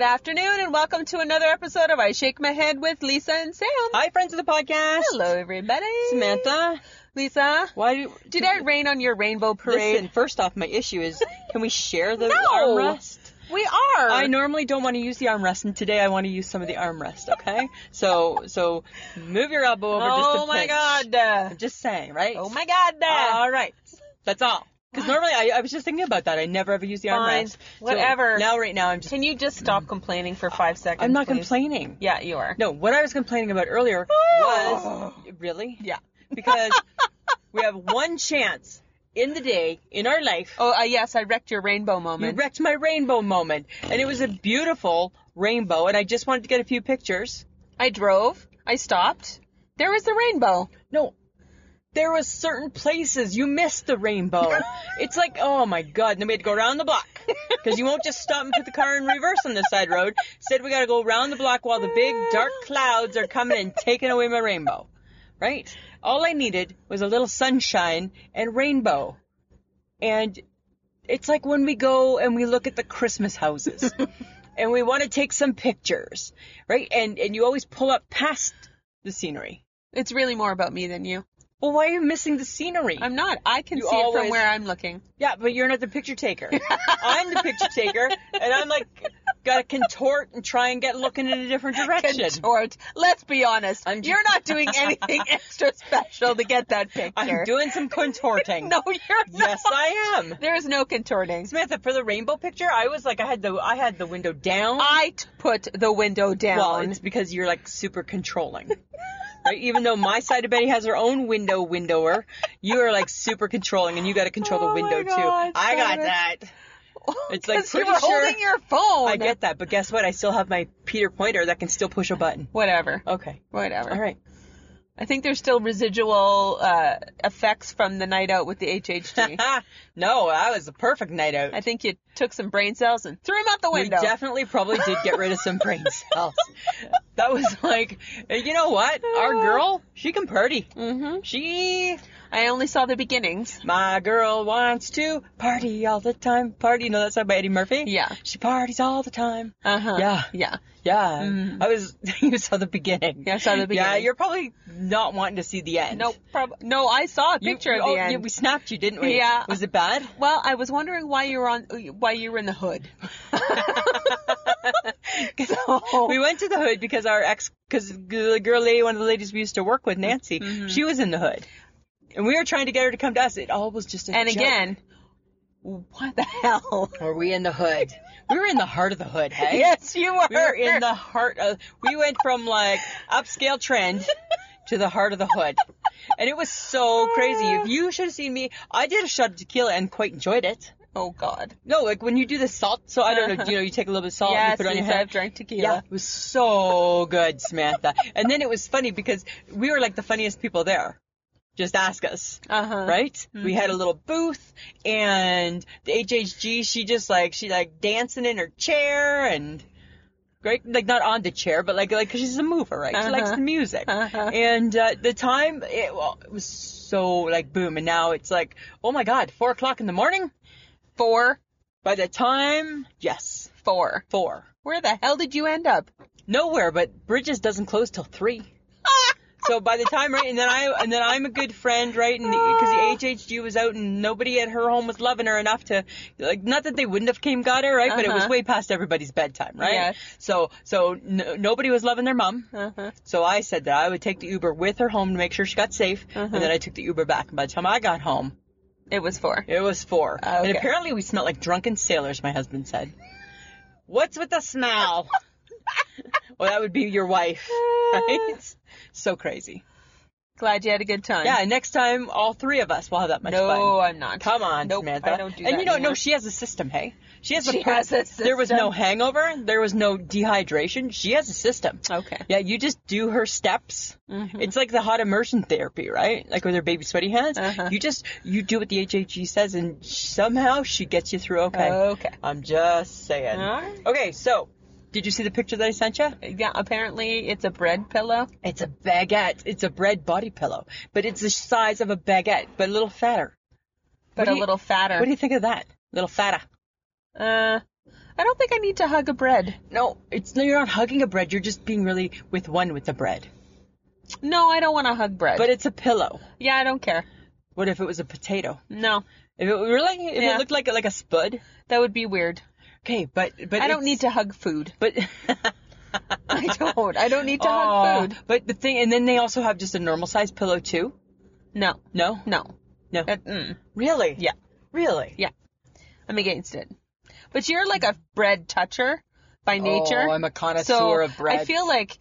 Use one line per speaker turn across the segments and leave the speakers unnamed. afternoon, and welcome to another episode of I Shake My Head with Lisa and Sam.
Hi, friends of the podcast.
Hello, everybody.
Samantha.
Lisa,
Why do,
did I rain on your rainbow parade?
Listen, first off, my issue is can we share the
No.
armrest?
we are.
I normally don't want to use the armrest, and today I want to use some of the armrest. Okay, so so move your elbow over just a
Oh my
pinch.
god.
I'm just saying, right?
Oh my god.
All right, that's all. Because normally I, I was just thinking about that. I never ever use the
Fine.
armrest. So
Whatever.
now, right now, I'm just.
Can you just stop complaining for five seconds?
I'm not
please?
complaining.
Yeah, you are.
No, what I was complaining about earlier
Oh!
was really
Yeah.
because we have one chance in the day in our life
Oh, uh, yes, I wrecked your rainbow
You
moment.
wrecked my rainbow moment. And it was a beautiful rainbow, and I just wanted to get a few pictures.
I drove. I stopped. There was the rainbow.
No, there was certain places you missed the rainbow. it's like, oh my god, and then we had to go around the block. Because you won't just stop and put the car in reverse on the side road. Instead, we gotta go around the block while the big dark clouds are coming and taking away my rainbow. Right? All I needed was a little sunshine and rainbow. And it's like when we go and we look at the Christmas houses and we want to take some pictures, right? And and you always pull up past the scenery.
It's really more about me than you.
Well, why are you missing the scenery?
I'm not. I can
You
see it from
always-
where I'm looking.
yeah, but you're not the picture taker. I'm the picture taker, and I'm like, gotta contort and try and get looking in a different direction.
Contort. Let's be honest.
I'm just-
You're not doing anything extra special to get that picture.
I'm doing some contorting.
No, you're not.
Yes, I am.
There is no contorting.
Samantha, for the rainbow picture, I was like, I had the I had the window down.
I t- put the window down.
Well, it's because you're like super controlling. Right? Even though my side of Betty has her own window windower, you are like super controlling, and you got to control
Oh
the
my
window
God,
too. I got
Simon.
that. it's like
'Cause you
pretty
were
sure-
holding your phone.
I get that, but guess what? I still have my Peter pointer that can still push a button.
Whatever.
Okay.
Whatever.
All right.
I think there's still residual uh, effects from the night out with the HHG.
no, that was a perfect night out.
I think you took some brain cells and threw them out the
we
window.
definitely probably did get rid of some brain cells. That was like, and you know what?
Ah.
Our
Uh.
girl, she can party.
hmm
She,
I only saw the beginnings.
my girl, wants to party all the time. Party, you know that song by Eddie Murphy?
Yeah.
She parties all the time.
Uh huh.
Yeah.
Yeah.
Yeah.
Mm.
I was, you saw the beginning.
Yeah, I saw the
Yeah,
beginning.
you're probably not wanting to see the end.
No, prob- no, I saw a
You-
picture
you-
of
oh,
the
yeah,
end.
we snapped you, didn't we?
Yeah.
Was it bad?
Well, I was wondering why you were on, why you were in the hood. So-
we went to the hood because our ex, because the girl lady, one of the ladies we used to work with, Nancy, she was in the hood, and we were trying to get her to come to us. It all was just a
and
joke.
again, what the hell?
were we in the hood? We were in the heart of the hood, hey?
yes, you were.
we were in the heart of. We went from like upscale trend to the heart of the hood, and it was so crazy. If you should have seen me, I did a shot of tequila and quite enjoyed it.
Oh God.
No, like when you do the salt, so I don't know, you know, you take a little bit of salt
yes,
and Oh, you put it on your
Lisa,
head.
I've drank tequila.
Yeah, it was so good, Samantha. and then it was funny because we were like the funniest people there. Just ask us,
Uh huh.
right? We had a
Mm-hmm.
little booth, and the HHG, she just like she like dancing in her chair and. Great, like not on the chair, but like like 'cause she's a mover, right? She likes
Uh-huh.
the music,
Uh-huh.
and uh, the time it, well, it was so like boom, and now it's like oh my god, four o'clock in the morning.
Four,
By the time yes,
four.
four,
Where the hell did you end up?
nowhere, but Bridges doesn't close till three. So by the time right, and then I and then I'm a good friend, right? And because the HHG was out, and nobody at her home was loving her enough to, like, not that they wouldn't have came got her, right? But it was
Uh-huh.
way past everybody's bedtime, right?
Yes.
So so n- nobody was loving their mom.
Uh huh.
So I said that I would take the Uber with her home to make sure she got safe,
Uh-huh.
and then I took the Uber back. And by the time I got home,
It was four.
it was four,
Oh,
and
okay.
apparently we smelled like drunken sailors. My husband said, "What's with the smell?" well, that would be your wife, right? So crazy.
Glad you had a good time.
Yeah, next time all three of us will have that much
No,
fun.
I'm not.
Come on,
Nope,
Samantha.
I don't do
and
that
you don't know
anymore.
she has a system, hey? She has
She
a, pro-
has a
There was
system.
no hangover, there was no dehydration. She has a system.
Okay.
Yeah, you just do her steps. It's like the hot immersion therapy, right? Like with her baby sweaty hands.
Uh-huh.
You just you do what the HHG says and somehow she gets you through okay.
Okay.
I'm just saying.
All right.
Okay, so did you see the picture that I sent you?
Yeah. Apparently, it's a bread pillow.
It's a baguette. It's a bread body pillow, but it's the size of a baguette, but a little fatter.
but
What do
a
you-
little fatter.
What do you think of that? Little fatter.
uh, I don't think I need to hug a bread.
No, it's no. You're not hugging a bread. You're just being really with one with the bread.
No, I don't want to hug bread.
But it's a pillow.
yeah, I don't care.
What if it was a potato?
No,
If it were like, if
Yeah.
it looked like like a spud.
that would be weird.
Okay, but but
I don't
it's-
need to hug food.
But
I don't. I don't need to
Aw,
hug food.
But the thing, and then they also have just a normal size pillow too.
No,
No,
no.
no.
That- mm,
really?
yeah.
Really?
I'm against it. But you're like a bread toucher by nature.
Oh, I'm a connoisseur
so
of bread.
I feel like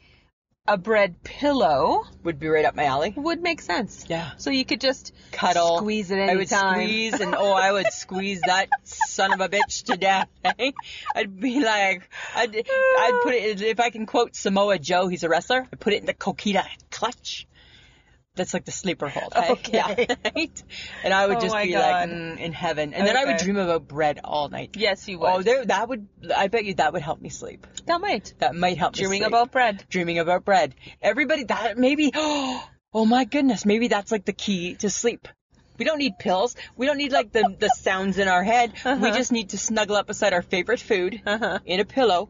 a bread pillow
would be right up my alley.
would make sense.
Yeah.
So you could just
Cuddle.
squeeze it
I would
anytime.
squeeze and oh, I would squeeze that son of a bitch to death. eh? I'd be like, I'd, I'd put it if I can quote Samoa Joe, he's a wrestler. I'd put it in the coquita clutch. That's like the sleeper hold. eh?
Okay.
Yeah. Right? And I would
Oh
just
my
be
God.
like mm, in heaven, and then I would
Okay.
dream about bread all night.
Yes, you would.
Oh, there, that would. I bet you that would help me sleep.
that might.
That might help me
Dreaming
sleep.
about bread.
dreaming about bread. Everybody, that maybe. Oh my goodness, maybe that's like the key to sleep. We don't need pills. We don't need like the the sounds in our head. We just need to snuggle up beside our favorite food
Uh-huh.
in a pillow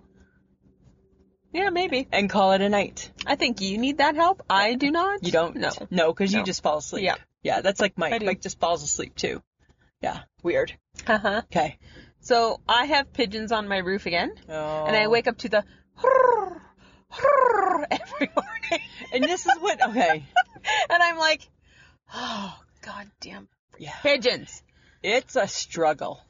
Yeah, maybe.
and call it a night.
I think you need that help. I do not.
You don't.
No.
No, because
No.
you just fall asleep.
Yeah.
Yeah, that's like
I
Mike.
do.
Mike just falls asleep too. Yeah. Weird.
Uh-huh.
Okay.
So I have pigeons on my roof again,
Oh.
and I wake up to the every morning,
And this is what. Okay.
and I'm like, oh goddamn
Yeah.
pigeons.
It's a struggle.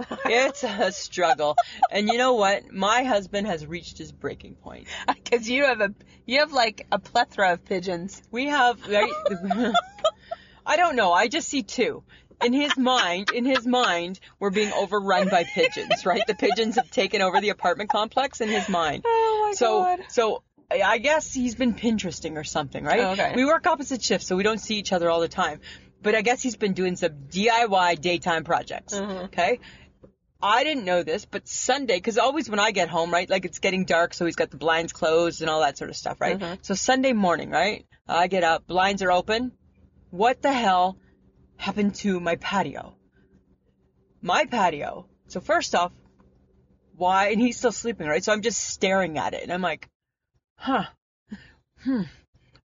It's a struggle. And you know what? My husband has reached his breaking point.
Because you have a you have like a plethora of pigeons.
We have. Right, I don't know. I just see two. In his mind, in his mind, we're being overrun by pigeons, right? The pigeons have taken over the apartment complex in his mind.
Oh my
so, so I I guess he's been Pinteresting or something, right?
Oh, Okay.
We work opposite shifts, so we don't see each other all the time. But I guess he's been doing some DIY daytime projects.
Mm-hmm.
Okay. I didn't know this, but Sunday, because always when I get home, right, like it's getting dark, so he's got the blinds closed and all that sort of stuff, right? So Sunday morning, right, I get up, blinds are open. What the hell happened to my patio? My patio. So first off, why? And he's still sleeping, right? So I'm just staring at it, and I'm like, huh, hmm,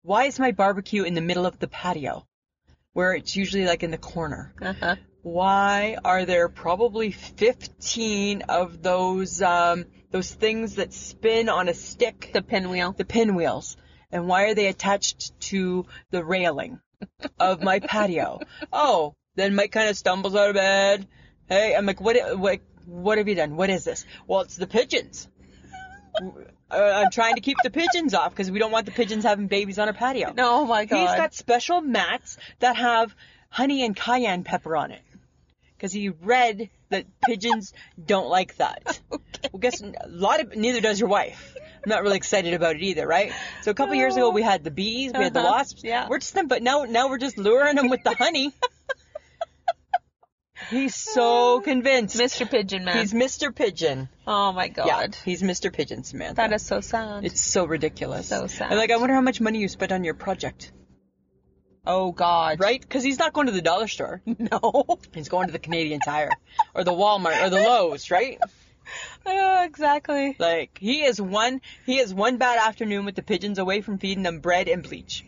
why is my barbecue in the middle of the patio, where it's usually like in the corner?
Uh-huh.
why are there probably 15 of those um, those things that spin on a stick,
The pinwheel.
the pinwheels, and why are they attached to the railing of my patio? Oh, then Mike kind of stumbles out of bed. Hey, I'm like, what, what, what have you done? What is this? Well, it's the pigeons. Uh, I'm trying to keep the pigeons off because we don't want the pigeons having babies on our patio.
No, oh my god.
He's got special mats that have honey and cayenne pepper on it. Because he read that pigeons don't like that.
Okay.
Well, guess a lot of neither does your wife. I'm not really excited about it either, right? So a couple years ago we had the bees, we had the
Uh-huh.
wasps.
Yeah.
We're just them, but now now we're just luring them with the honey. He's
Oh.
so convinced.
Mr. Pigeon Man.
He's Mr. Pigeon.
oh my god.
Yeah, he's Mr. Pigeon, Samantha.
That is so sad.
It's so ridiculous.
So sad.
I'm like, I wonder how much money you spent on your project.
oh god.
Right? Because he's not going to the dollar store.
No.
He's going to the Canadian Tire or the Walmart or the Lowe's, right?
Oh, exactly.
Like he is one he is one bad afternoon with the pigeons away from feeding them bread and bleach.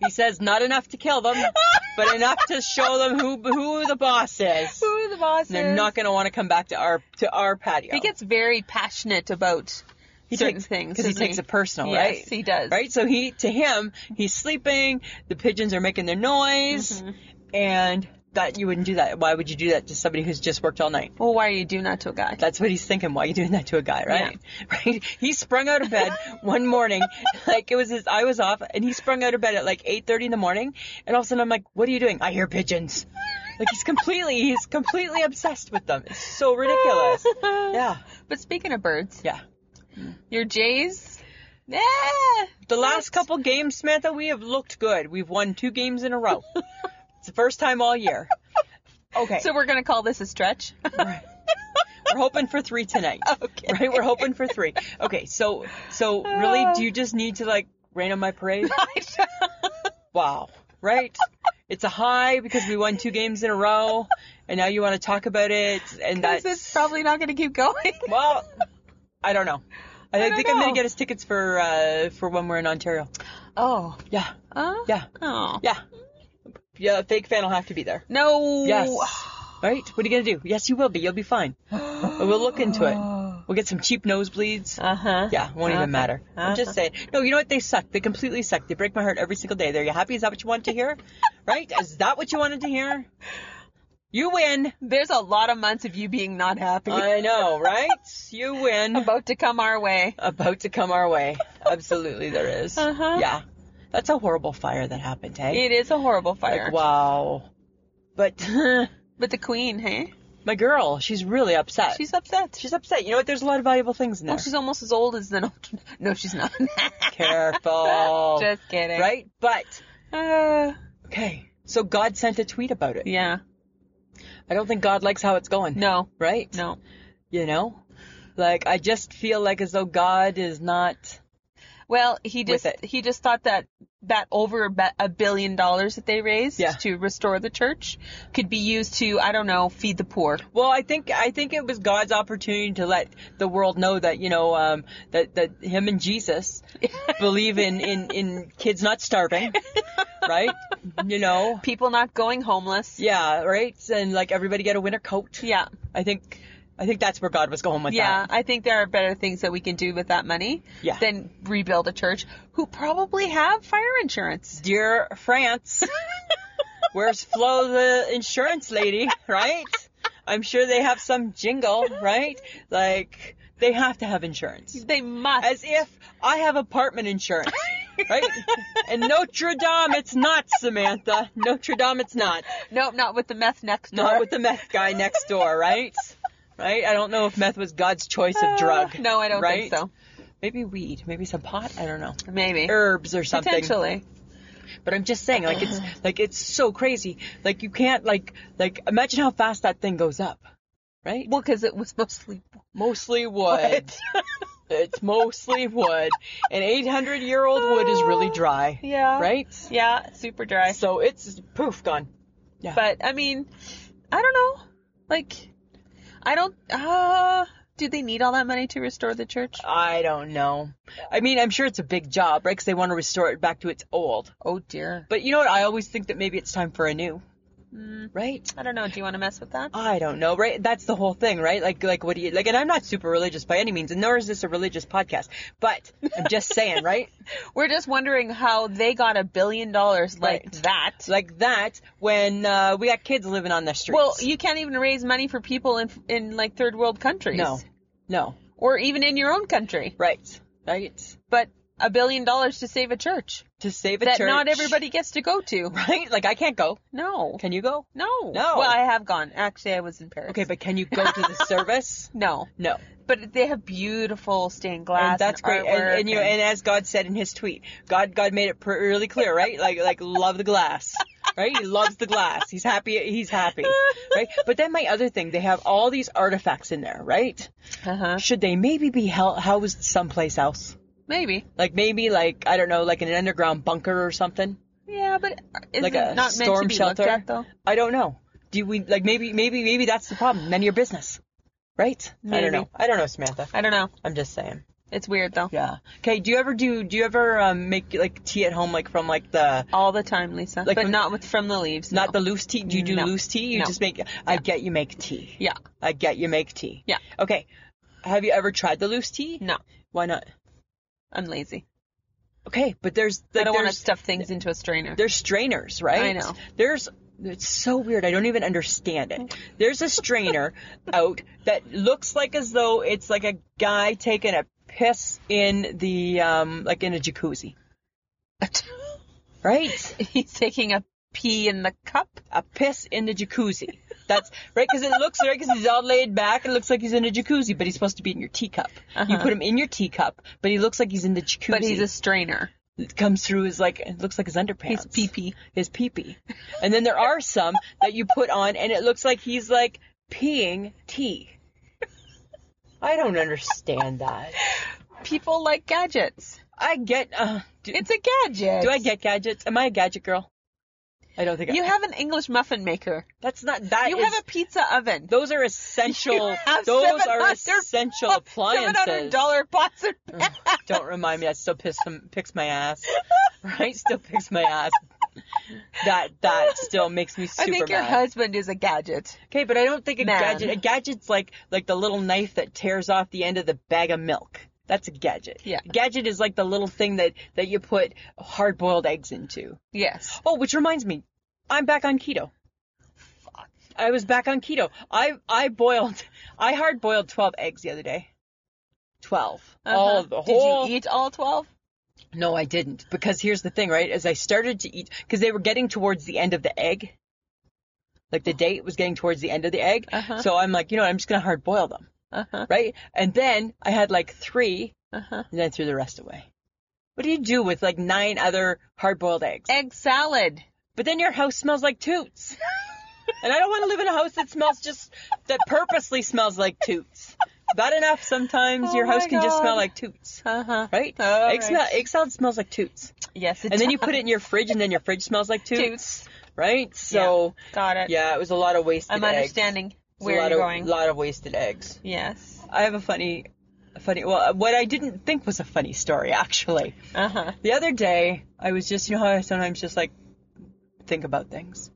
he says not enough to kill them, Um, but enough to show them who who the boss is.
Who the boss
And they're not going to want to come back to our to our patio.
He gets very passionate about certain
takes,
things.
because he
doesn't
takes it personal,
yes,
right?
he does.
right? So he, to him, he's sleeping. The pigeons are making their noise,
Mm-hmm.
and that you wouldn't do that. Why would you do that to somebody who's just worked all night?
Well, why are you doing that to a guy?
That's what he's thinking. Why are you doing that to a guy, right? Right? He sprung out of bed one morning, like it was his. I was off, and he sprung out of bed at like 8:30 in the morning, and all of a sudden I'm like, "What are you doing?" I hear pigeons. Like he's completely, he's completely obsessed with them. It's so ridiculous. Yeah,
But speaking of birds,
yeah.
your jays. Yeah.
The last couple games, Samantha, we have looked good. We've won two games in a row. it's the first time all year. Okay.
So we're gonna call this a stretch.
we're, we're hoping for three tonight.
Okay.
Right? We're hoping for three. Okay, so so really do you just need to like rain on my parade? Wow. Right? It's a high because we won two games in a row, and now you want to talk about it, and
Because
that's
it's probably not going to keep going.
well, I don't know. I,
I don't
think I'm gonna
know.
get us tickets for uh, for when we're in Ontario.
Oh.
Yeah,
Huh?
Yeah.
Oh.
yeah, yeah. Fake fan will have to be there.
No.
Yes. Right? What are you gonna do? Yes, you will be. You'll be fine. we'll look into it. We'll get some cheap nosebleeds.
Uh huh.
Yeah, won't
Okay.
even matter. I'm
Uh-huh.
just saying. No, you know what? They suck. They completely suck. They break my heart every single day. There, you happy? Is that what you want to hear? right? Is that what you wanted to hear? You win.
There's a lot of months of you being not happy
I know, right? You win.
about to come our way.
About to come our way. Absolutely, there is.
Uh-huh.
Yeah, that's a horrible fire that happened. Hey,
It is a horrible fire.
like wow. But
But the queen, hey?
my girl, she's really upset.
She's upset.
she's upset. You know what? There's a lot of valuable things in there.
Well, she's almost as old as the. No, no she's not.
Careful.
Just kidding.
right? But
Uh,
okay. So God sent a tweet about it.
yeah.
I don't think God likes how it's going.
No.
Right?
No.
You know? Like I just feel like as though God is not
Well, he
With
just
it.
he just thought that that over a ba- a billion dollars that they raised
Yeah.
to restore the church could be used to I don't know feed the poor.
well, I think I think it was God's opportunity to let the world know that you know um, that that him and Jesus believe in, in in kids not starving, right? You know,
People not going homeless.
yeah, right, and like everybody get a winter coat.
Yeah.
I think I think that's where God was going with
Yeah,
that.
I think there are better things that we can do with that money
Yeah.
than rebuild a church who probably have fire insurance.
Dear France, where's Flo the insurance lady, right? I'm sure they have some jingle, right? Like they have to have insurance.
They must.
As if I have apartment insurance, right? and Notre Dame, it's not Samantha. Notre Dame, it's not.
nope, not with the meth next door.
Not with the meth guy next door, right? Right? I don't know if meth was God's choice
Uh,
of drug.
No, I don't
right?
think so.
Maybe weed, maybe some pot. I don't know.
Maybe.
Herbs or something.
Potentially.
But I'm just saying, like it's like it's so crazy. Like you can't like like imagine how fast that thing goes up, right?
Well, because it was mostly
Mostly wood. it's mostly wood, and 800 year old wood is really dry,
yeah.
right?
Yeah, super dry.
So it's poof gone.
But I mean, I don't know. Like, I don't. Uh, do they need all that money to restore the church?
I don't know. I mean, I'm sure it's a big job, right? Because they want to restore it back to its old.
Oh dear.
But you know what? I always think that maybe it's time for a new,
Mm,
right?
I don't know. Do you want to mess with that?
I don't know, right? That's the whole thing, right? Like, like what do you like? And I'm not super religious by any means, and nor is this a religious podcast. But I'm just saying, right?
We're just wondering how they got a billion dollars like
Right.
that.
Like that when uh, we got kids living on the streets.
well, you can't even raise money for people in in like third world countries,
no, no,
or even in your own country.
right, right.
But a billion dollars to save a church
To save a
that
church,
not everybody gets to go to.
right? Like I can't go.
No,
Can you go?
no,
No.
Well, I have gone. Actually, I was in Paris.
Okay, but can you go to the service?
no,
No,
But they have beautiful stained glass.
and that's great. And,
artwork
and you know, and as God said in His tweet, God, God made it per- really clear, right? Like, like love the glass, right? He loves the glass. He's happy. He's happy, right? But then my other thing, they have all these artifacts in there, right?
uh-huh.
Should they maybe be hel- housed someplace else?
maybe.
Like maybe like I don't know, like in an underground bunker or something.
Yeah, but is
Like a
it not meant
storm
to be
shelter?
looked at though?
I don't know. Do we like maybe maybe maybe that's the problem? None of your business, right? I
Maybe.
don't know. I don't know, Samantha.
I don't know.
I'm just saying.
It's weird though.
Yeah. Okay. Do you ever do? Do you ever um, make like tea at home, like from like the
All the time, Lisa.
Like
but
when-
not with from the leaves.
not
no.
the loose tea? Do you do
No.
loose tea? You
No.
just make. I get you make tea.
Yeah.
I get you make tea.
Yeah.
Okay. Have you ever tried the loose tea?
No.
Why not?
I'm lazy.
Okay, but there's
I
like,
don't want to
there's,
stuff things into a strainer.
there's strainers, right?
I know.
There's it's so weird. I don't even understand it. There's a strainer out that looks like as though it's like a guy taking a piss in the um like in a jacuzzi, right?
He's taking a pee in the cup.
a piss in the jacuzzi. That's right, because it looks right, because he's all laid back. It looks like he's in a jacuzzi, but he's supposed to be in your teacup. You
Uh-huh.
put him in your teacup, but he looks like he's in the jacuzzi.
But he's a strainer.
it comes through his like it looks like his underpants.
He's pee pee.
His pee pee. And then there are some that you put on, and it looks like he's like peeing tea. I don't understand that.
People like gadgets.
I get. Uh, do,
It's a gadget.
do I get gadgets? Am I a gadget girl? I don't think I,
You have an English muffin maker.
that's not that.
You
is-
have a pizza oven.
those are essential.
have
Those
700
are essential
Seven
appliances.
dollar pots are
Ugh, Don't remind me. That still piss, picks my ass. Right? Still picks my ass. That that still makes me
I
super
think your
mad.
husband is a gadget.
Okay, but I don't think a
Man.
gadget. A gadget's like like the little knife that tears off the end of the bag of milk. That's a gadget.
Yeah.
Gadget is like the little thing that that you put hard boiled eggs into.
Yes.
Oh, which reminds me, I'm back on keto. I was back on keto. I I boiled, I hard boiled twelve eggs the other day. 12 All
Uh-huh.
of the
Did
whole.
you eat all twelve?
No, I didn't. Because here's the thing, right? As I started to eat, because they were getting towards the end of the egg, like the date was getting towards the end of the egg.
Uh-huh.
So I'm like, you know, what, I'm just gonna hard boil them,
Uh huh.
right? And then I had like three,
Uh huh.
and then threw the rest away. What do you do with like nine other hard boiled eggs?
Egg salad.
But then your house smells like toots. and I don't want to live in a house that smells just that purposely smells like toots. It's bad enough sometimes
Oh
your house
my
can just smell
God.
like toots.
Uh huh.
Right?
All
egg
right.
smell egg salad smells like toots.
Yes. It
Uh-huh. And then you put it in your fridge and then your fridge smells like toots.
toots.
Right? So
Got
yeah.
it.
it was a lot of wasted
I'm
eggs.
understanding
It's
where
a lot
you're
of,
going.
lot of wasted eggs.
Yes.
I have a funny a funny well what I didn't think was a funny story actually.
Uh huh.
The other day, I was just, you know how I sometimes just like think about things.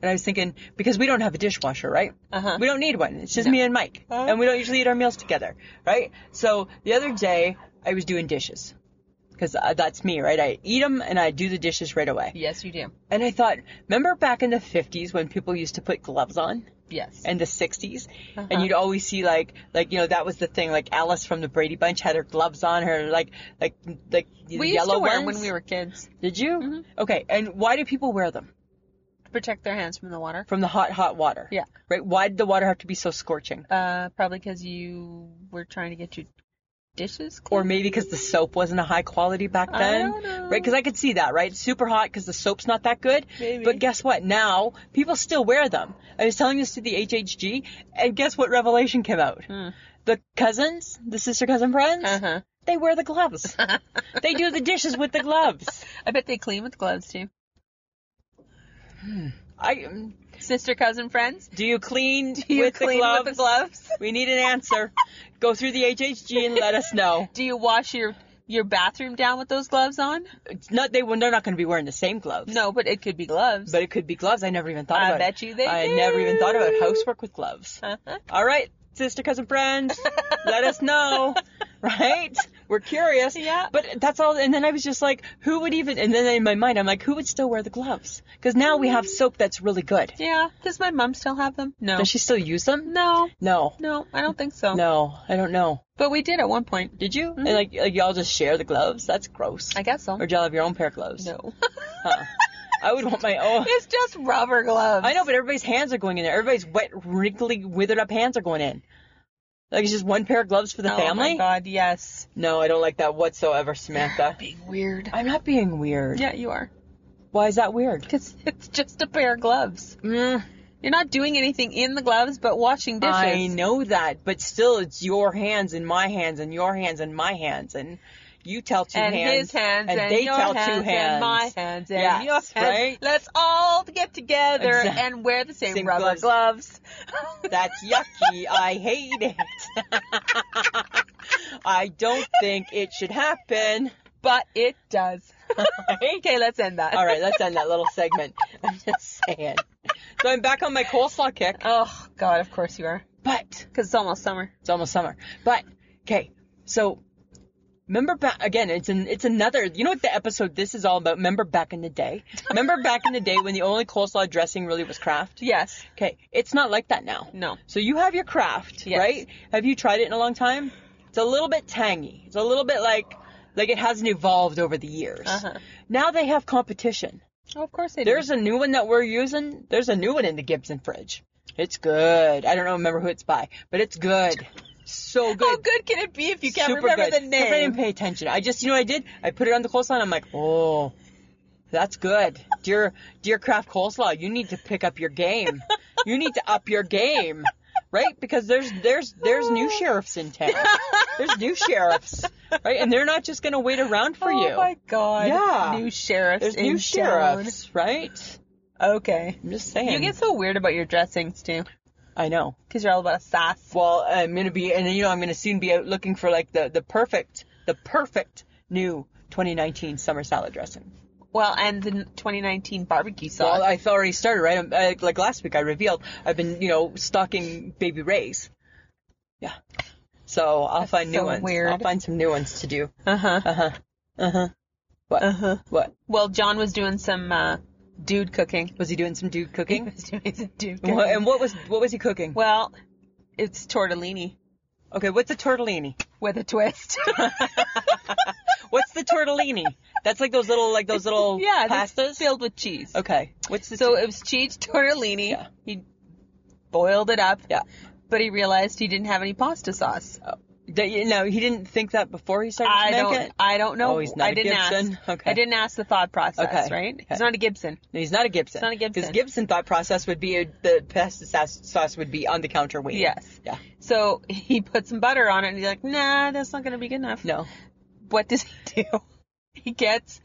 And I was thinking, because we don't have a dishwasher, right?
Uh-huh.
We don't need one. It's just
No.
me and Mike.
Uh-huh.
And we don't usually eat our meals together, right? So the other day, I was doing dishes. Because uh, that's me, right? I eat them and I do the dishes right away.
Yes, you do.
And I thought, remember back in the 50s when people used to put gloves on?
Yes.
and the 60s
Uh-huh.
and you'd always see like like you know that was the thing like Alice from the Brady Bunch had her gloves on her like like like the
we used
yellow
to wear
ones
them when we were kids
did you
Mm-hmm.
okay and why do people wear them
to protect their hands from the water.
from the hot hot water
Yeah.
right why did the water have to be so scorching
Uh, probably because you were trying to get your dishes clean.
or maybe because the soap wasn't a high quality back
I
then
don't know.
right because I could see that right It's super hot because the soap's not that good
Maybe.
but guess what now people still wear them I was telling this to the HHG and guess what revelation came out
Hmm.
the cousins the sister cousin friends
Uh huh.
They wear the gloves. they do the dishes with the gloves.
I bet they clean with gloves too.
I um,
Sister, cousin, friends.
do you clean,
Do you
with,
clean
the gloves?
with the gloves?
We need an answer. Go through the HHG and let us know.
Do you wash your your bathroom down with those gloves on?
It's not they. well, They're not going to be wearing the same gloves.
No, but it could be gloves.
but it could be gloves. I never even thought
I
about.
bet
it.
you they
I never even thought about
do.
housework with gloves.
Uh-huh.
All right, sister, cousin, friends, let us know. Right? We're curious.
Yeah.
But that's all. And then I was just like, who would even? And then in my mind, I'm like, who would still wear the gloves? Because now we have soap that's really good.
Yeah. Does my mom still have them? No.
Does she still use them?
No.
No.
No, I don't think so.
No, I don't know.
But we did at one point.
Did you? And like, like y'all just share the gloves? That's gross.
I guess so.
Or do y'all have your own pair of gloves?
No.
Huh. Uh, I would want my own.
it's just rubber gloves.
I know, but everybody's hands are going in there. Everybody's wet, wrinkly, withered up hands are going in. Like it's just one pair of gloves for the
oh
family.
my god, yes.
No, I don't like that whatsoever, Samantha.
Being weird.
I'm not being weird.
Yeah, you are.
Why is that weird?
Because it's just a pair of gloves.
Mm,
You're not doing anything in the gloves but washing dishes.
I know that, but still, it's your hands and my hands and your hands and my hands and you tell two
and
hands
his hands
and,
and,
they
your
tell
hands
two hands
and my hands and
Yes,
your hands.
right?
Let's all get together
Exact-
and wear the same,
Same
rubber gloves.
That's yucky. I hate it. I don't think it should happen.
but it does. okay, let's end that.
All right, let's end that little segment. I'm just saying. So I'm back on my coleslaw kick,
Oh God, of course you are.
but
Because it's almost summer.
it's almost summer. But okay, so remember back again. It's an it's another. You know what the episode this is all about? Remember back in the day. Remember back in the day when the only coleslaw dressing really was Kraft.
Yes.
Okay, it's not like that now.
No.
So you have your craft,
Yes.
right? Have you tried it in a long time? It's a little bit tangy. It's a little bit like like it hasn't evolved over the years.
Uh-huh.
Now they have competition.
Oh, of course they do.
There's a new one that we're using. There's a new one in the Gibson fridge. It's good. I don't know, remember who it's by, but it's good. So good.
How good can it be if Oh, you can't
Super
remember
good.
the
Except I
name?
didn't pay attention. I just, you know what I did? I put it on the coleslaw and I'm like, oh, that's good. Dear, dear craft coleslaw, you need to pick up your game. You need to up your game. Right? Because there's, there's, there's
Oh.
new sheriffs in town. There's new sheriffs. Right? And they're not just going to wait around for
oh
you.
my God.
Yeah.
New sheriffs.
there's
in
new
town.
sheriffs, right?
Okay.
I'm just saying.
You get so weird about your dressings too,
I know.
because you're all about sass.
Well, I'm gonna be, and you know, I'm gonna soon be out looking for like the the perfect, the perfect new 2019 summer salad dressing.
Well, and the 2019 barbecue sauce.
Well, I've already started, right? I'm, I, like last week, I revealed I've been, you know, stalking baby Ray's. Yeah. So I'll
That's
find new
so
ones. I'll
weird.
find some new ones to do.
uh huh.
Uh huh. Uh huh. What?
Uh huh.
What?
Well, John was doing some uh, dude cooking.
Was he doing some dude
He
cooking?
was doing some dude cooking.
Wha- and what was what was he cooking?
well, it's tortellini
Okay, what's a tortellini?
with a twist.
What's the tortellini? That's like those little like those little
yeah, that's
pastas.
filled with cheese.
Okay. What's the
So it was cheese tortellini.
Yeah.
He boiled it up.
Yeah.
But he realized he didn't have any pasta sauce.
Uh, That you know, he didn't think that before he started
I
to make
don't.
it.
I don't know.
Oh, he's not
I
a
didn't
Gibson?
ask.
Okay.
I didn't ask the thought process.
Okay.
Right?
Okay.
He's not a Gibson.
No, he's not a Gibson.
He's not a Gibson.
Because Gibson thought process would be the pasta sauce, sauce would be on the counter waiting.
Yes.
Yeah.
So he put some butter on it, and he's like, "Nah, that's not gonna be good enough."
No.
What does he do? He gets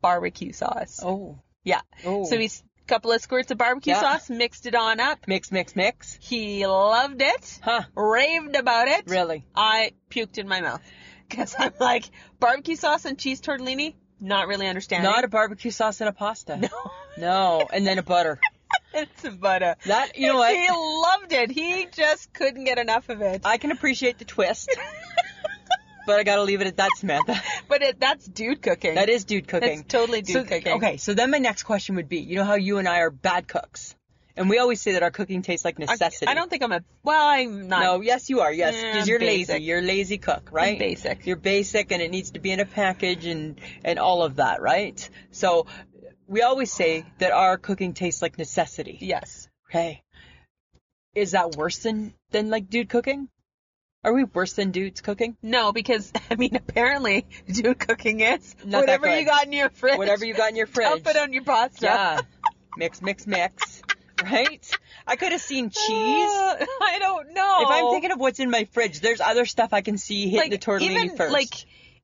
barbecue sauce.
Oh.
Yeah.
Oh.
So he's couple of squirts of barbecue
Yeah.
sauce, mixed it on up.
mix, mix, mix.
He loved it,
Huh.
raved about it.
Really?
I puked in my mouth because I'm like barbecue sauce and cheese tortellini. Not really understanding.
Not a barbecue sauce and a pasta.
no.
No. And then a butter.
it's butter.
That you know what?
He loved it. He just couldn't get enough of it.
I can appreciate the twist. but I gotta leave it at that, Samantha.
But it, that's dude cooking.
That is dude cooking.
That's totally dude
so,
cooking.
Okay, so then my next question would be, you know how you and I are bad cooks, and we always say that our cooking tastes like
I-
necessity.
I don't think I'm a. Well, I'm not.
No, yes, you are. Yes,
Yeah,
because you're lazy.
basic.
You're a lazy cook, right?
basic.
You're basic, and it needs to be in a package, and and all of that, right? So we always say that our cooking tastes like necessity.
Yes.
Okay, is that worse than than like dude cooking? Are we worse than dudes cooking?
No, because I mean, apparently, dude cooking is
Not that
whatever you
good.
got in your fridge.
Whatever you got in your fridge.
Dump it on your pasta.
Yeah. mix, mix, mix. Right? I could have seen cheese.
Uh, I don't know.
If I'm thinking of what's in my fridge, there's other stuff I can see hitting the tortellini
even,
first.
Like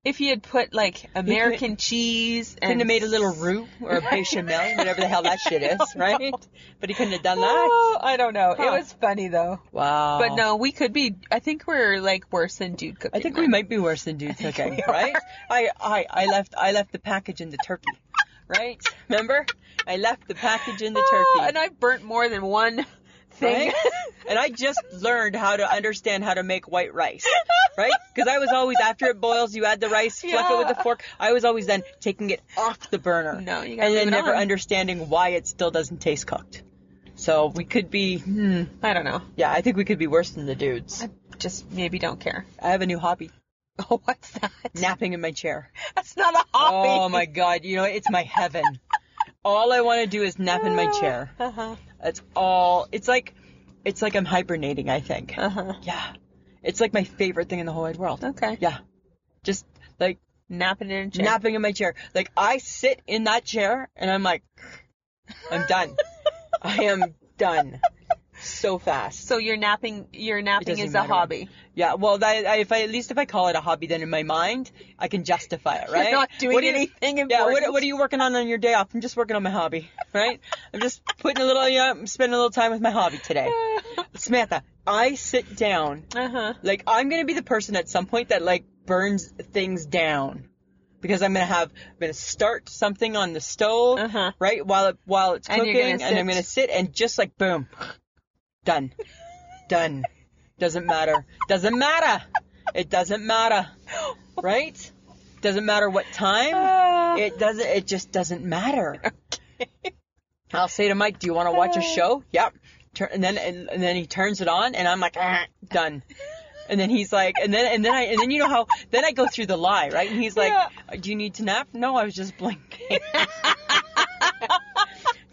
if you had put like American cheese and
couldn't have made a little roux or a bechamel, whatever the hell that shit is, right? But he couldn't have done that.
Oh, I don't know.
Huh.
It was funny though.
Wow.
But no, we could be. I think we're like worse than dude cooking.
Oh. I think we
then.
might be worse than dude cooking,
we are.
right? I, I I left I left the package in the turkey, right? Remember? I left the package in the
Ah,
turkey.
and I've burnt more than one thing.
Right? and I just learned how to understand how to make white rice, right? Because I was always after it boils, you add the rice, fluff it with
Yeah.
a fork. I was always then taking it off the burner,
no, you gotta
and
leave
then
it
never
on.
understanding why it still doesn't taste cooked. So we could be, hmm,
I don't know.
yeah, I think we could be worse than the dudes.
I just maybe don't care.
I have a new hobby:
Oh, what's that?
napping in my chair.
That's not a hobby.
Oh my god, you know it's my heaven. All I want to do is nap in my chair.
Uh huh.
That's all. It's like, it's like I'm hibernating. I think.
Uh huh.
Yeah. It's like my favorite thing in the whole wide world.
Okay.
Yeah. Just like
Napping in a chair.
napping in my chair. Like I sit in that chair and I'm like, I'm done. I am done. So fast.
So you're napping. Your napping
doesn't
is a
matter.
hobby.
Yeah. Well, that, I, if I, at least if I call it a hobby, then in my mind, I can justify it, right?
You're not doing
What do you-
anything
yeah,
important.
what, what are you working on on your day off? I'm just working on my hobby, right? I'm just putting a little, you know, I'm spending a little time with my hobby today. Samantha, I sit down
uh huh.
like I'm gonna be the person at some point that like burns things down because I'm gonna have I'm gonna start something on the stove
Uh-huh.
right while it while it's
And you're
cooking
gonna
and I'm
sit.
gonna sit and just like boom, done, done. Doesn't matter. Doesn't matter. It doesn't matter, right? Doesn't matter what
Ah.
time. It doesn't. It just doesn't matter. I'll say to Mike, "Do you want to
Uh.
watch a show?" Yep. Turn, and then and, and then he turns it on, and I'm like, "Ah, "Done." And then he's like, and then and then I and then you know how then I go through the lie, right? And he's like, "Uh,
Yeah.
"Do you need to nap?" No, I was just blinking.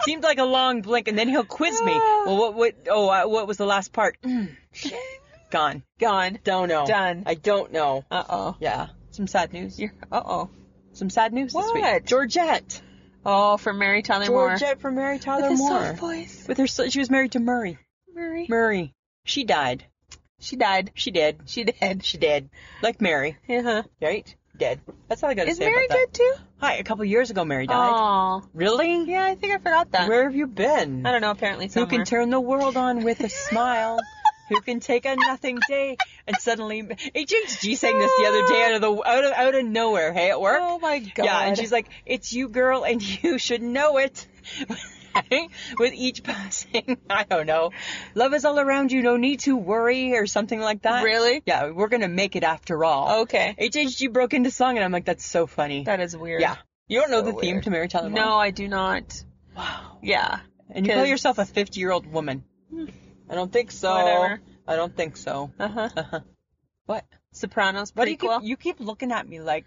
Seemed like a long blink, and then he'll quiz me.
Ah.
Well, what what oh uh, what was the last part? Mm, shit. Gone.
Gone.
Don't know.
Done.
I don't know.
Uh oh.
Yeah. Some sad news.
You're. Uh oh.
Some sad news this
What?
week. Georgette.
Oh, from Mary Tyler Moore.
Georgette from Mary Tyler
With a
Moore.
soft voice.
With her, son- she was married to Murray.
Murray.
Murray. She died.
She died.
She dead.
She did.
She dead. Like Mary,
Yeah.
right? Dead. That's all I gotta
Is
say
Mary
about that.
dead too?
Hi, a couple years ago Mary died.
Oh.
Really?
Yeah, I think I forgot that.
Where have you been?
I don't know. Apparently,
Who
somewhere.
can turn the world on with a smile? Who can take a nothing day and suddenly? HHG sang this the other day out of the out of out of nowhere. Hey, at work.
Oh my god.
Yeah, and she's like, "It's you, girl, and you should know it." With each passing, I don't know, love is all around you. No need to worry or something like that.
Really? Oh.
Yeah, we're gonna make it after all.
Okay.
HHG broke into song, and I'm like, "That's so funny."
That is weird.
yeah. You don't know
So
the theme
weird.
to Mary Tyler Moore.
No, I do not.
Wow.
Yeah.
And you call
'Cause-
yourself a 50 year old woman? I don't think so.
Hmm. Whatever.
I don't think so.
Uh huh.
Uh-huh. What?
Sopranos
What do you
prequel.
keep? You keep looking at me like,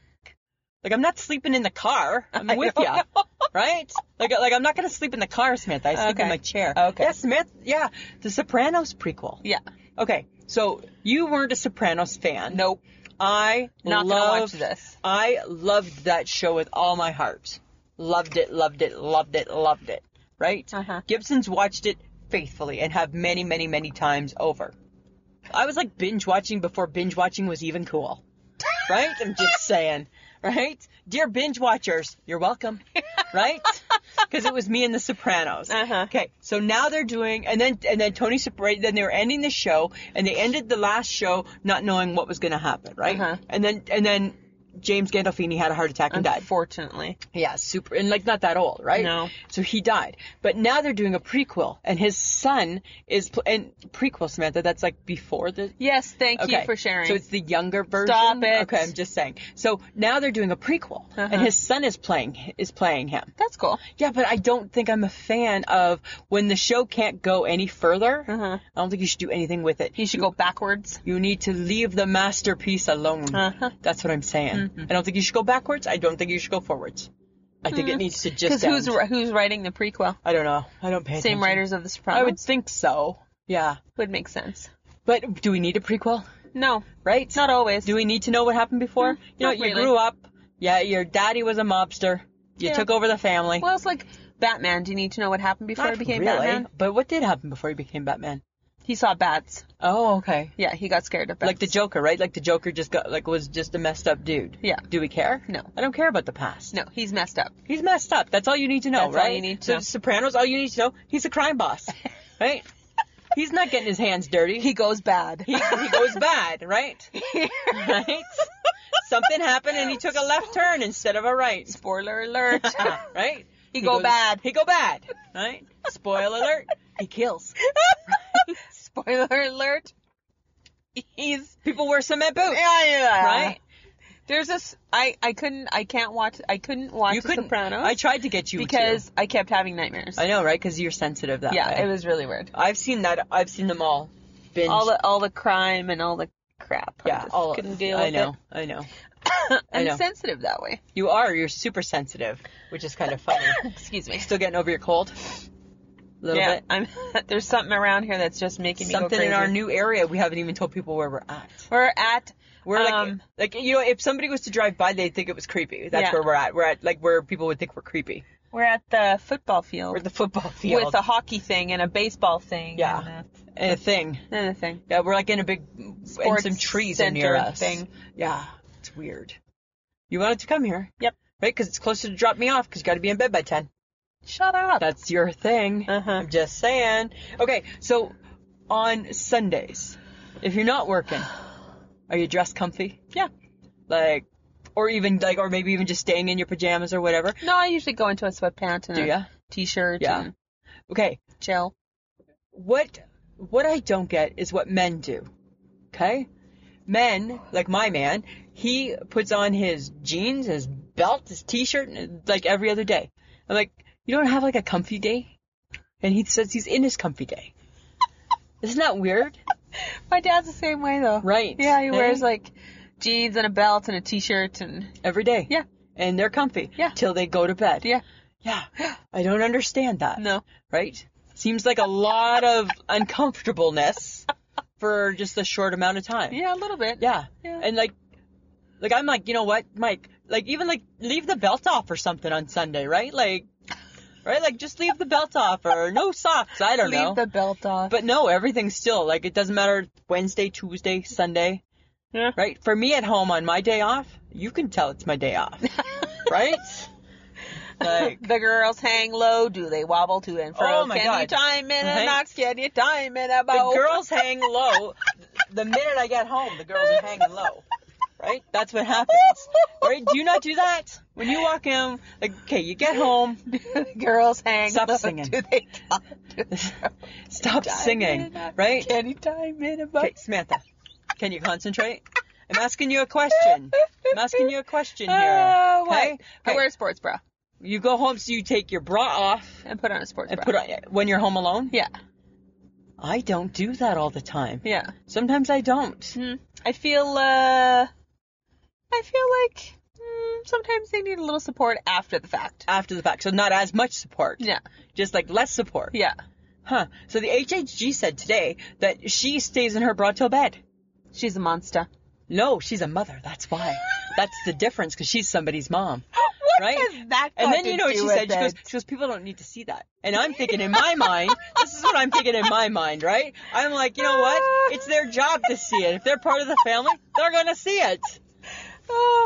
like I'm not sleeping in the car. I'm
I
with
know.
you, right? Like, like I'm not gonna sleep in the car, Samantha. I sleep in
Okay.
my chair.
Okay.
Yeah, Smith. Yeah, The Sopranos prequel.
Yeah.
Okay, so you weren't a Sopranos fan.
Nope.
I
Not gonna watch
loved.
this.
I loved that show with all my heart. Loved it. Loved it. Loved it. Loved it. Right?
Uh-huh.
Gibson's watched it faithfully and have many, many, many times over. I was like binge watching before binge watching was even cool. Right? I'm just saying. Right? Dear binge watchers, you're welcome. Right? Because it was me and the Sopranos.
Uh-huh.
Okay, so now they're doing, and then and then Tony Soprano, then they were ending the show, and they ended the last show not knowing what was going to happen, right?
Uh-huh.
And then and then James Gandolfini had a heart attack and died.
Unfortunately.
Yeah, super, and like not that old, right?
No.
So he died, but now they're doing a prequel, and his son is pl- and prequel Samantha. That's like before the.
Yes. Thank
Okay.
you for sharing.
So it's the younger version.
Stop it.
Okay, I'm just saying. So now they're doing a prequel, and
Uh-huh.
his son is playing is playing him.
That's cool.
Yeah, but I don't think I'm a fan of when the show can't go any further.
Uh-huh.
I don't think you should do anything with it.
You should go backwards.
You need to leave the masterpiece alone.
Uh-huh. Mm-hmm.
That's what I'm saying. I don't think you should go backwards. I don't think you should go forwards. I think it needs to
Because
just
Mm. who's
end.
who's writing the prequel?
I don't know. I don't pay attention.
Same writers of the Sopranos.
I would think so. Yeah.
would make sense.
But do we need a prequel?
No,
Right?
not always.
Do we need to know what happened before?
Mm,
you know,
not
you
really.
grew up. Yeah, your daddy was a mobster. You
Yeah.
took over the family.
well, it's like Batman. Do you need to know what happened before
Not
he became
really.
Batman?
But what did happen before he became Batman?
He saw bats.
Oh, okay.
Yeah, he got scared of bats.
Like the Joker, right? Like the Joker just got like was just a messed up dude.
Yeah.
Do we care?
No.
I don't care about the past.
No, he's messed up.
He's messed up. That's all you need to know,
That's all
right?
you need to
so
know.
Sopranos, all you need to know, he's a crime boss, right? he's not getting his hands dirty.
He goes bad.
he, he goes bad, right? Right? Something happened and he took a left turn instead of a right.
Spoiler alert.
right?
He go bad.
He go bad, right? Spoil alert. He kills.
Spoiler alert. He's
People wear cement boots,
right.
Oh. right?
There's this. I I couldn't. I can't watch. I couldn't watch
You couldn't.
Sopranos
I tried to get you to.
because I kept having nightmares.
I know, right? Because you're sensitive that way.
yeah, it was really weird.
I've seen that. I've seen them all. Binge.
All the all the crime and all the crap. I
yeah,
just
all
couldn't deal
I
with
know.
it.
I know. I
I'm
know.
sensitive that way.
You are. You're super sensitive, which is kind of funny.
Excuse me.
Still getting over your cold. A little
yeah,
bit.
I'm. There's something around here that's just making me go
Something
crazy.
in our new area. We haven't even told people where we're at.
We're at.
We're like,
Um,
like you know, if somebody was to drive by, they'd think it was creepy. That's
Yeah.
where we're at. We're at like where people would think we're creepy.
We're at the football field.
We're at the football field
with a hockey thing and a baseball thing.
Yeah.
And a,
and a thing.
another thing.
Yeah, we're like in a big
Sports
and some trees are
center
near us.
thing.
Yeah, it's weird. You wanted to come here,
Yep.
right? Because it's closer to drop me off. Because you got to be in bed by ten.
Shut up.
That's your thing.
Uh-huh.
I'm just saying. Okay, so on Sundays, if you're not working, are you dressed comfy?
yeah.
Like, or even like, or maybe even just staying in your pajamas or whatever.
No, I usually go into a sweatpant and
Do ya?
a t-shirt
Yeah.
and
Okay,
gel.
what what I don't get is what men do. Okay? Men, like my man, he puts on his jeans, his belt, his t-shirt and- like every other day. I'm like, you don't have like a comfy day? And he says he's in his comfy day. Isn't that weird?
My dad's the same way though.
Right.
Yeah, he
Eh?
wears like jeans and a belt and a t-shirt and
every day.
yeah,
And they're comfy.
Yeah.
Till they go to bed.
yeah.
Yeah. I don't understand that.
No.
Right? Seems like a lot of uncomfortableness for just a short amount of time.
Yeah, a little bit.
Yeah.
Yeah.
And like, like I'm like, you know what, Mike? Like even like leave the belt off or something on Sunday, right? Like, right? Like just leave the belt off or no socks. I don't
Leave
know.
the belt off.
But no, everything's still like it doesn't matter Wednesday, Tuesday, Sunday,
yeah.
right? For me at home on my day off, you can tell it's my day off, right? Like
the girls hang low. Do they wobble to and fro?
Oh, my
Can you
God.
time in a
Right.
knock? Can you time in a bow?
the girls hang low. The minute I get home, the girls are hanging low. Right? That's what happens. Right? Do you not do that? When you walk in, like, okay, you get home,
The girls hang
Stop
low.
singing.
Do they talk to the girls?
stop
Time
singing,
in a-
right?
Can you time in a bow?
Okay, Samantha, can you concentrate? I'm asking you a question. I'm asking you a question here.
Oh,
Okay?
wait. I
Okay.
wear a sports bra
You go home, so you take your bra off
and put on a sports
and
bra.
put on when you're home alone.
Yeah.
I don't do that all the time.
Yeah.
Sometimes I don't.
Hmm. I feel uh I feel like mm, sometimes they need a little support after the fact.
After the fact, so not as much support.
Yeah.
Just like less support.
Yeah.
Huh. So the HHG said today that she stays in her bra till bed.
She's a monster.
No, she's a mother. That's why. That's the difference because she's somebody's mom.
What
Right?
has that
And
got
then
to
you know what
do
she
with
said? She goes,
it?
she goes, people don't need to see that. And I'm thinking in my mind, this is what I'm thinking in my mind, right? I'm like, you know what? It's their job to see it. If they're part of the family, they're going to see it.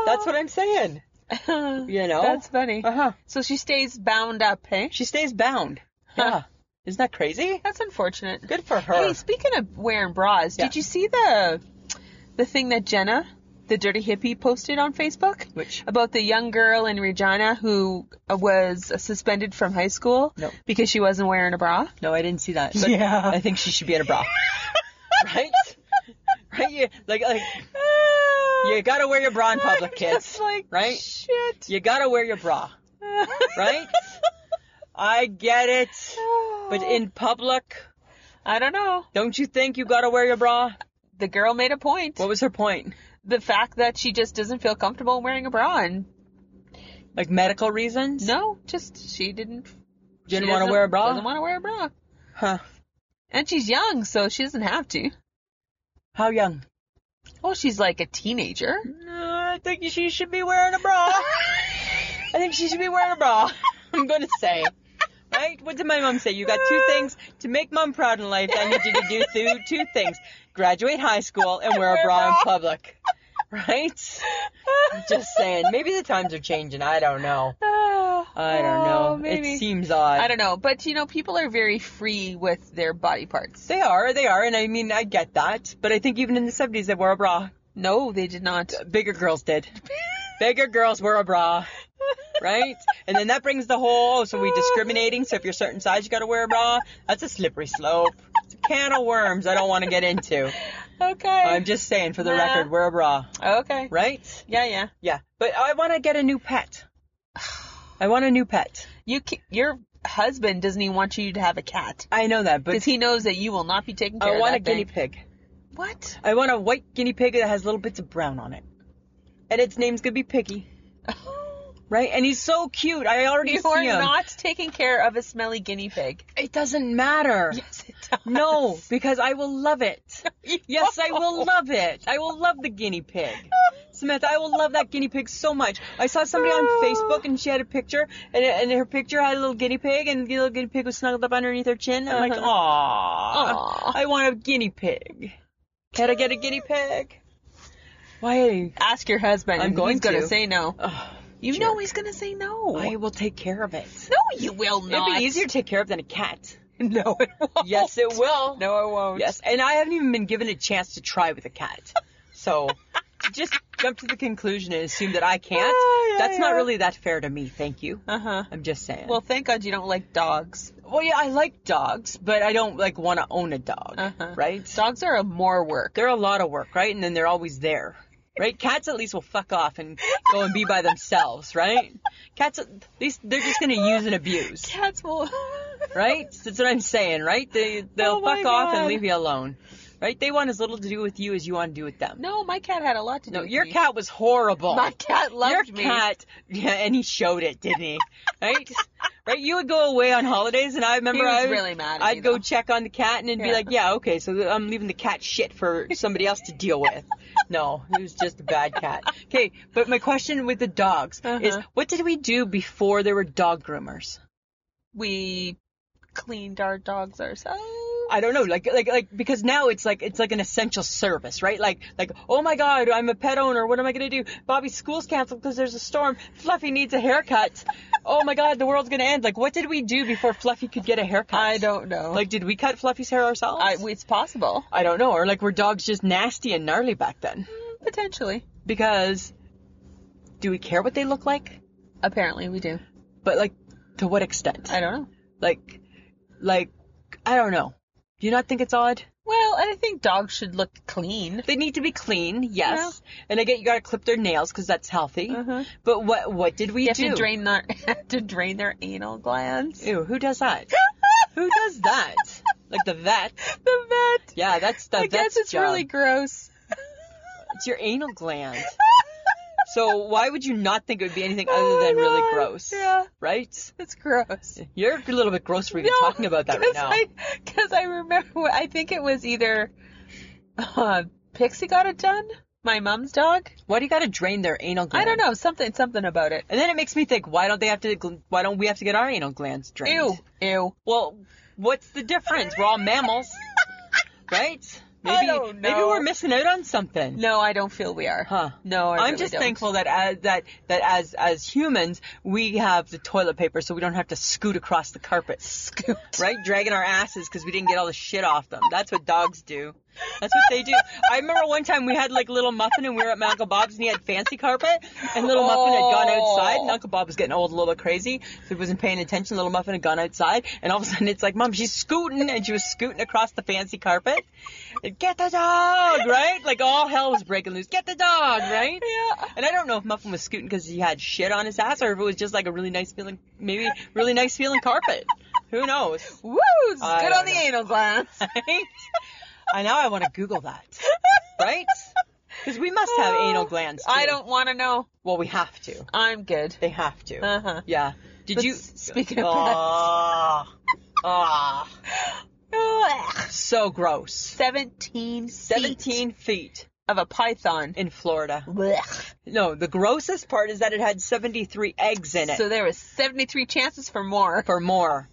That's what I'm saying.
I
You know?
That's funny.
Uh huh.
So she stays bound up, hey?
She stays bound. Yeah. Isn't that crazy?
That's unfortunate.
Good for her.
Hey, speaking of wearing bras,
Yeah.
did you see the the thing that Jenna, the dirty hippie, posted on Facebook?
Which?
about the young girl in Regina who was suspended from high school
No.
because she wasn't wearing a bra.
No, I didn't see that. But
Yeah.
I think she should be in a bra. right? Right? You, like, like, you gotta wear your bra in public, kids.
Just like
right?
Shit.
You gotta wear your bra. Right? I get it. But in public,
I don't know.
don't you think you gotta wear your bra?
The girl made a point.
What was her point?
the fact that she just doesn't feel comfortable wearing a bra and
Like medical reasons?
no, just she didn't.
Didn't
she
want to
doesn't-
wear a bra?
Doesn't want to wear a bra.
Huh.
And she's young, so she doesn't have to.
How young?
Oh, she's like a teenager.
I think she should be wearing a bra. I think she should be wearing a bra. I'm gonna say. Right? What did my mom say? You got two things to make mom proud in life. I need you to do two, two things: graduate high school and wear a bra in public. Right? Just saying. Maybe the times are changing. I don't know. I don't know.
Oh, maybe.
It seems odd.
I don't know, but you know, people are very free with their body parts.
They are. They are. And I mean, I get that. But I think even in the 70s, they wore a bra.
No, they did not.
Bigger girls did. Bigger girls wear a bra. right? And then that brings the whole, oh, so we discriminating. So if you're a certain size, you got to wear a bra. That's a slippery slope. It's a can of worms I don't want to get into.
okay.
I'm just saying, for the
Nah.
record, wear a bra,
okay.
right?
Yeah, yeah.
Yeah. But I want to get a new pet. I want a new pet.
You, ca- your husband doesn't even want you to have a cat
I know that, but
because he knows that you will not be taking care
I
of
want
that
a guinea
thing.
pig.
What?
I want a white guinea pig that has little bits of brown on it. And its name's going to be Piggy, right? And he's so cute. I already
you
see
are
him.
not taking care of a smelly guinea pig.
it doesn't matter.
Yes, it does.
No, because I will love it. Yes, I will love it. I will love the guinea pig. Samantha, I will love that guinea pig so much. I saw somebody on Facebook and she had a picture, and, and her picture had a little guinea pig, and the little guinea pig was snuggled up underneath her chin. I'm like,
Uh-huh.
aw,
Aw.
I want a guinea pig. Can I get a guinea pig? Why?
Ask your husband.
I'm
and
going
he's gonna
to.
say no.
Oh,
You know he's gonna say no.
I will take care of it.
No, you will not.
It'd be easier to take care of than a cat.
No, it won't.
Yes, it will.
No, it won't.
Yes, and I haven't even been given a chance to try with a cat. So to just jump to the conclusion and assume that I can't,
Oh, yeah,
that's not
yeah.
really that fair to me. Thank you.
Uh huh.
I'm just saying.
Well, thank God you don't like dogs.
well, yeah, I like dogs, but I don't like want to own a dog,
Uh-huh.
right?
Dogs are a more work.
They're a lot of work, right? And then they're always there. Right? Cats at least will fuck off and go and be by themselves, right? Cats at least they're just going to use and abuse,
Cats will.
right? That's what I'm saying, right? They they'll
Oh my
fuck off and
God.
leave you alone. Right? They want as little to do with you as you want to do with them.
No, my cat had a lot to do.
No,
with
your
me.
cat was horrible.
My cat loved
your
me.
cat, yeah, and he showed it, didn't he? right, right. You would go away on holidays, and I remember
He was
I would,
really mad at me,
I'd go
though.
check on the cat, and it'd be
Yeah.
like, yeah, okay, so I'm leaving the cat shit for somebody else to deal with. no, he was just a bad cat. Okay, but my question with the dogs is,
Uh-huh.
what did we do before there were dog groomers?
we cleaned our dogs ourselves.
I don't know, like like like because now it's like it's like an essential service, right? Like like oh my god, I'm a pet owner. What am I gonna do? Bobby's school's canceled because there's a storm. Fluffy needs a haircut. oh my god, the world's gonna end. Like what did we do before Fluffy could get a haircut?
I don't know.
Like did we cut Fluffy's hair ourselves?
I, it's possible.
I don't know, or like were dogs just nasty and gnarly back then?
Potentially.
Because do we care what they look like?
Apparently we do.
But like to what extent?
I don't know.
like like I don't know. Do you not think it's odd?
Well, and I think dogs should look clean.
They need to be clean, yes. And I get you gotta clip their nails because that's healthy. But what what did we
Uh-huh. You have to
do?
drain their have to drain their anal glands.
Ew, who does that? who does that? Like the vet?
The vet.
Yeah, that's the
I guess
vet's
it's
job.
really gross.
it's your anal gland. So why would you not think it would be anything other
Oh,
than really
God.
gross?
Yeah,
Right?
it's gross.
You're a little bit gross for even talking about that right now.
Because I, remember, I think it was either uh, Pixie got it done, my mom's dog.
Why do you gotta drain their anal gland?
I don't know, something something about it.
And then it makes me think, why don't they have to? gl- Why don't we have to get our anal glands drained?
Ew, ew.
Well, what's the difference? We're all mammals, right? Maybe
I don't
maybe
know.
we're missing out on something.
No, I don't feel we are.
Huh.
No, I
I'm
really
just
don't.
thankful that as, that that as as humans we have the toilet paper, so we don't have to scoot across the carpet,
Scoot.
right? Dragging our asses because we didn't get all the shit off them. That's what dogs do. That's what they do. I remember one time we had like little Muffin and we were at my Uncle Bob's and he had fancy carpet and little Muffin had gone outside and
Oh.
Uncle Bob was getting old a little bit crazy so he wasn't paying attention. Little Muffin had gone outside and all of a sudden it's like, Mom, she's scooting and she was scooting across the fancy carpet. And, Get the dog, right? Like all hell was breaking loose. Get the dog, right?
Yeah.
And I don't know if Muffin was scooting because he had shit on his ass or if it was just like a really nice feeling, maybe really nice feeling carpet. Who knows?
Woo! Good
I
on
don't
the
know.
anal glands.
right? I now I want to Google that, right? Because we must have
Oh,
anal glands. Too.
I don't want to know.
Well, we have to.
I'm good.
They have to.
Uh huh.
yeah. Did
but
you?
s- speaking of
Ah. Ah. So gross.
17 feet
Seventeen feet
of a python.
in Florida.
Blech.
No, the grossest part is that it had seventy-three eggs in it
So there was 73 chances for more.
for more.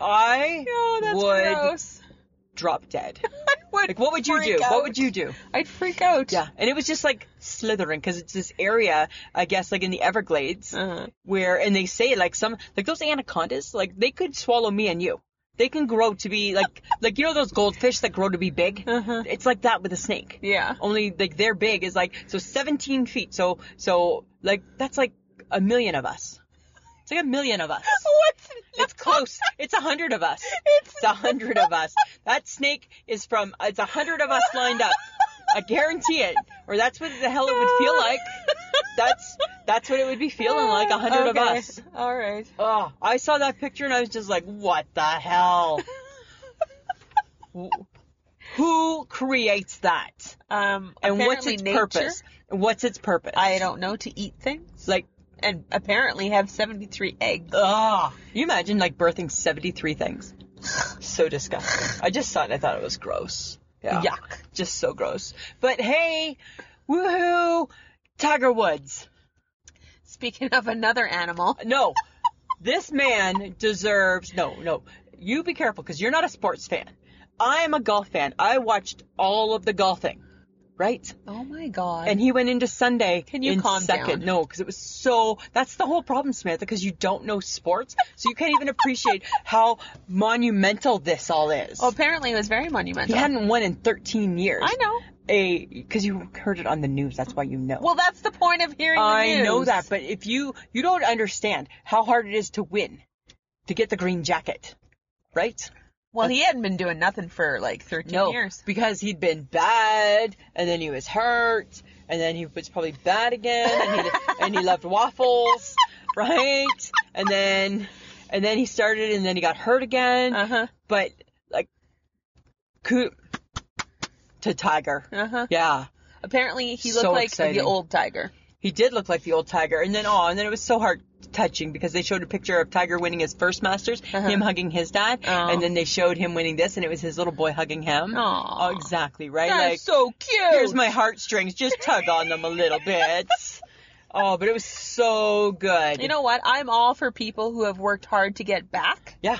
I
Oh, that's
would
gross.
drop dead.
I would
Like, what would you
freak
do?
out.
What would you do?
I'd freak out.
Yeah, and it was just like slithering because it's this area, I guess, like in the Everglades,
Uh-huh.
where and they say like some like those anacondas, like they could swallow me and you. They can grow to be like like you know those goldfish that grow to be big.
Uh-huh.
It's like that with a snake.
Yeah.
Only like their big is like so 17 feet. So so like that's like a million of us. It's like a million of us.
What's
It's close. It's a hundred of us.
It's-
It's a hundred of us. That snake is from. It's a hundred of us lined up. I guarantee it. Or that's what the hell it would feel like. That's that's what it would be feeling like. A hundred of
Okay.
us.
All right.
Oh, I saw that picture and I was just like, what the hell? Wh- Who creates that?
Um,
And what's
apparently
its
nature-
purpose? What's its purpose?
I don't know to eat things
like.
and apparently have 73 eggs.
Ugh. Can You imagine like birthing 73 things. So disgusting. I just saw it and I thought it was gross. Yeah.
Yuck.
Just so gross. But hey, woohoo, Tiger Woods.
Speaking of another animal,
No, this man deserves. No, no. You be careful because you're not a sports fan. I am a golf fan. I watched all of the golfing, right?
oh my god.
And he went into Sunday.
Can you
in
calm
second.
down?
No, because it was so. That's the whole problem, Samantha. Because you don't know sports, so you can't even appreciate how monumental this all is.
well, apparently it was very monumental.
he hadn't won in 13 years.
Oh, I know.
A because you heard it on the news. That's why you know.
Well, that's the point of hearing the
I
news.
know that, but if you you don't understand how hard it is to win, to get the green jacket, right?
Well, he hadn't been doing nothing for like 13
No,
years.
because he'd been bad, and then he was hurt, and then he was probably bad again, and he, and he loved waffles, right? And then, and then he started, and then he got hurt again.
Uh huh.
But like, coo- to Tiger,
Uh huh.
yeah,
Apparently he
uh-huh. So
looked like
exciting.
the old tiger.
he did look like the old Tiger. And then, oh, and then it was so heart touching because they showed a picture of Tiger winning his first Masters,
Uh-huh.
him hugging his dad,
Oh.
and then they showed him winning this, and it was his little boy hugging him.
Aw.
Oh, exactly right.
That's
like,
so cute.
Here's my heartstrings. Just tug on them a little bit. Oh, but it was so good.
You know what? I'm all for people who have worked hard to get back
Yeah.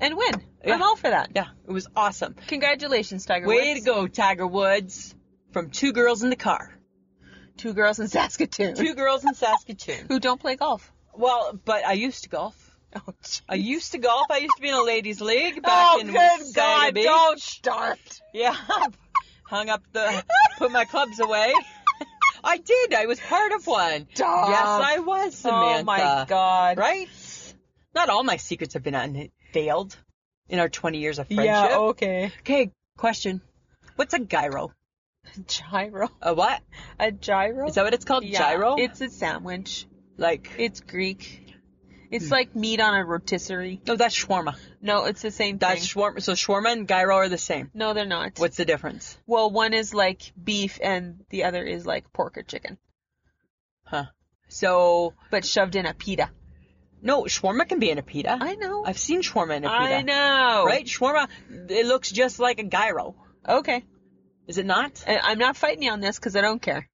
and win. I'm
Yeah.
all for that.
Yeah. It was awesome.
Congratulations, Tiger
Way
Woods.
to go, Tiger Woods. From two girls in the car.
Two girls in Saskatoon
Two girls in Saskatoon.
who don't play golf.
Well, but I used to golf.
Oh,
I used to golf. I used to be in a ladies' league back in Wasaga Beach.
Don't start.
Yeah, hung up the, put my clubs away. I did. I was part of one.
Stop.
Yes, I was, Samantha.
Uh, Oh my God.
Right? Not all my secrets have been unveiled in our 20 years of friendship.
Yeah. Okay.
Okay, question. What's a gyro?
Gyro.
A what?
A gyro.
Is that what it's called?
Yeah,
Gyro?
It's a sandwich.
like,
It's Greek. It's
Hmm.
like meat on a rotisserie.
no, that's shawarma.
No, it's the same
That's
thing.
shawarma. So shawarma and gyro are the same.
no, they're not.
What's the difference?
Well, one is like beef and the other is like pork or chicken,
So,
but shoved in a pita.
no, shawarma can be in a pita.
I know.
I've seen shawarma in a pita.
I know.
Right? Shawarma, it looks just like a gyro.
Okay.
Is it not?
And I'm not fighting you on this because I don't care.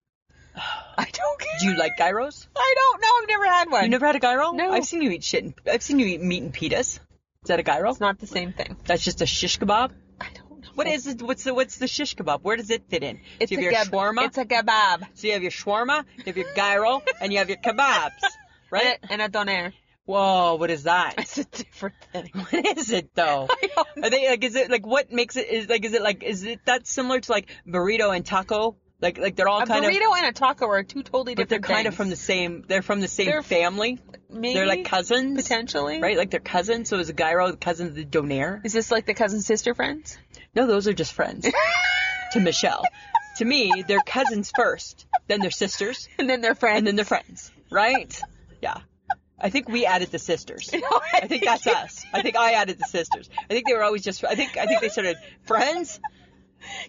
I don't care.
Do you like gyros?
I don't know. I've never had one.
You never had a gyro?
No.
I've seen you eat shit. And, I've seen you eat meat and pitas. Is that a gyro?
It's not the same thing.
That's just a shish kebab.
I don't know.
What is it? What's the what's the shish kebab? Where does it fit in?
It's
Do you
a
have
gab-
your shawarma.
It's a kebab.
so you have your shawarma, you have your gyro, and you have your kebabs, right?
And a doner.
Whoa, what is that?
It's a different thing.
What is it though? Are they like? Is it like what makes it? Is like? Is it like? Is it that similar to like burrito and taco? Like like they're all
A
kind of.
burrito and a taco are two totally
But they're
different
kind of
things.
from the same. They're from the same
They're-
family.
Maybe,
They're like cousins,
potentially.
right? Like they're cousins. So is a gyro the cousin of the donair?
Is this like the cousin sister friends?
No, those are just friends. to Michelle, to me, they're cousins first, then they're sisters,
And then they're friends.
and then they're friends, right? Yeah. I think we added the sisters. I think that's us. I think I added the sisters. I think they were always just. I think I think they started friends,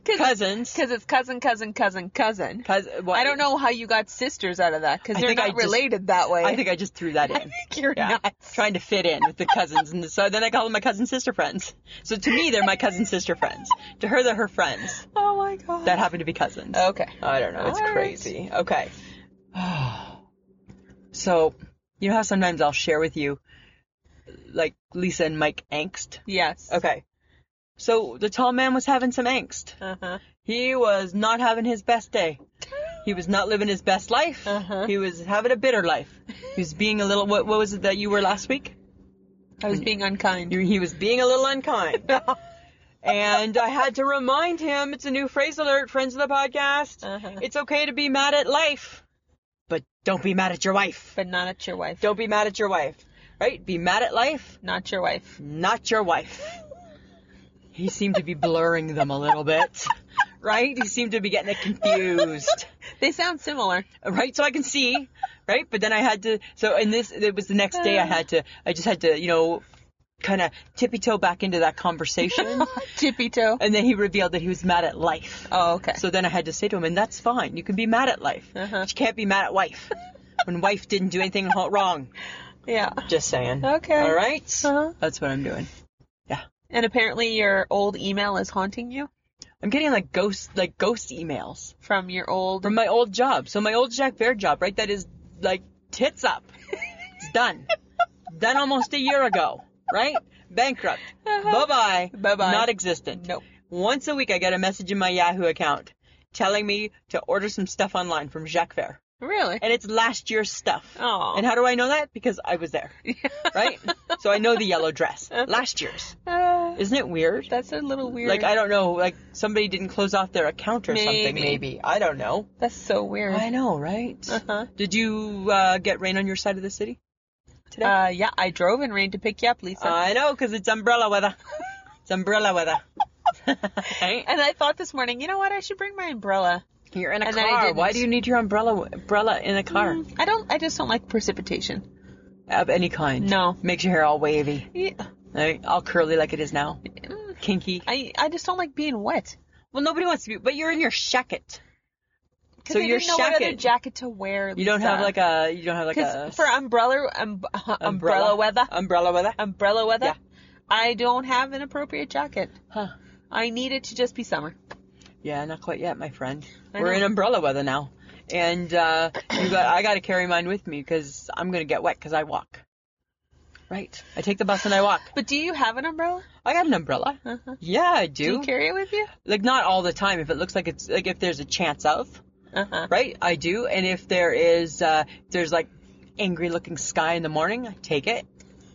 cousins,
Because it's cousin, cousin, cousin, cousin.
cousin. Well,
I don't know how you got sisters out of that because
I
they're
think I
not
just-
related that way.
I think I just threw that in.
you're
Yeah.
nuts.
Trying to fit in with the cousins, and so then I call them my cousin sister friends. So to me, they're my cousin sister friends. To her, they're her friends
Oh my god.
that happen to be cousins.
okay.
I don't know. It's
All right.
crazy. Okay. so you know how sometimes I'll share with you, like Lisa and Mike angst.
Yes.
Okay. So the tall man was having some angst.
Uh-huh.
He was not having his best day. He was not living his best life.
Uh-huh.
He was having a bitter life. He was being a little. What, what was it that you were last week?
I was being unkind.
You- He was being a little unkind. and I had to remind him it's a new phrase alert, friends of the podcast.
Uh-huh.
It's okay to be mad at life, but don't be mad at your wife.
but not at your wife.
Don't be mad at your wife, right? Be mad at life,
Not your wife.
not your wife. He seemed to be blurring them a little bit, right? He seemed to be getting it confused,
They sound similar.
right? So I can see, right? But then I had to, so in this, it was the next day I had to, I just had to, you know, kind of tippy toe back into that conversation.
Tippy toe.
And then he revealed that he was mad at life.
Oh, okay.
So then I had to say to him, and that's fine. You can be mad at life,
Uh-huh.
but you can't be mad at wife. when wife didn't do anything ho- wrong.
yeah.
Just saying.
Okay.
All right?
Uh-huh.
That's what I'm doing.
And apparently your old email is haunting you
I'm getting like ghost, like ghost emails
from your old.
from my old job. So my old Jack Bear job, right? That is like tits up. it's done. done almost a year ago, right? Bankrupt. Bye bye.
Bye-bye.
Not existent.
Nope.
Once a week, I get a message in my Yahoo account telling me to order some stuff online from Jacques Vert.
Really?
and it's last year's stuff.
Aw.
And how do I know that? Because I was there, right? so I know the yellow dress, last year's.
Uh,
Isn't it weird?
that's a little weird.
Like I don't know, like somebody didn't close off their account or something.
Maybe.
Maybe Mm. I don't know.
That's so weird.
I know, right?
Uh-huh.
Did you uh, get rain on your side of the city? today?
Uh, yeah, I drove in rain to pick you up, Lisa.
I know, 'cause it's umbrella weather. It's umbrella weather. Right?
and I thought this morning, you know what? I should bring my umbrella.
You're in a
And then I
car. Why
didn't.
do you need your umbrella umbrella in a car
Mm, I don't. I just don't like precipitation.
Mm. of any kind?
No.
Makes your hair all wavy,
Yeah.
right? all curly like it is now,
Mm.
kinky.
I I just don't like being wet.
Well, nobody wants to be, but you're in your shacket.
'Cause
So
I
your
didn't know what other
jacket-
jacket to wear.
You don't have like a, you don't have like a
Because for umbrella, um, umbrella weather, Um,
umbrella weather.
umbrella weather,
Yeah.
I don't have an appropriate jacket.
Huh.
I need it to just be summer.
Yeah, not quite yet, my friend.
I
We're
know.
in umbrella weather now. and uh, you got I got to carry mine with me because I'm gonna get wet because I walk. Right. I take the bus and I walk.
But do you have an umbrella?
I got an umbrella.
Uh-huh.
Yeah, I
Do
do.
you carry it with you?
like not all the time. If it looks like it's like if there's a chance of,
Uh-huh.
right? I do. And if there is, uh, if there's like angry looking sky in the morning, I take it.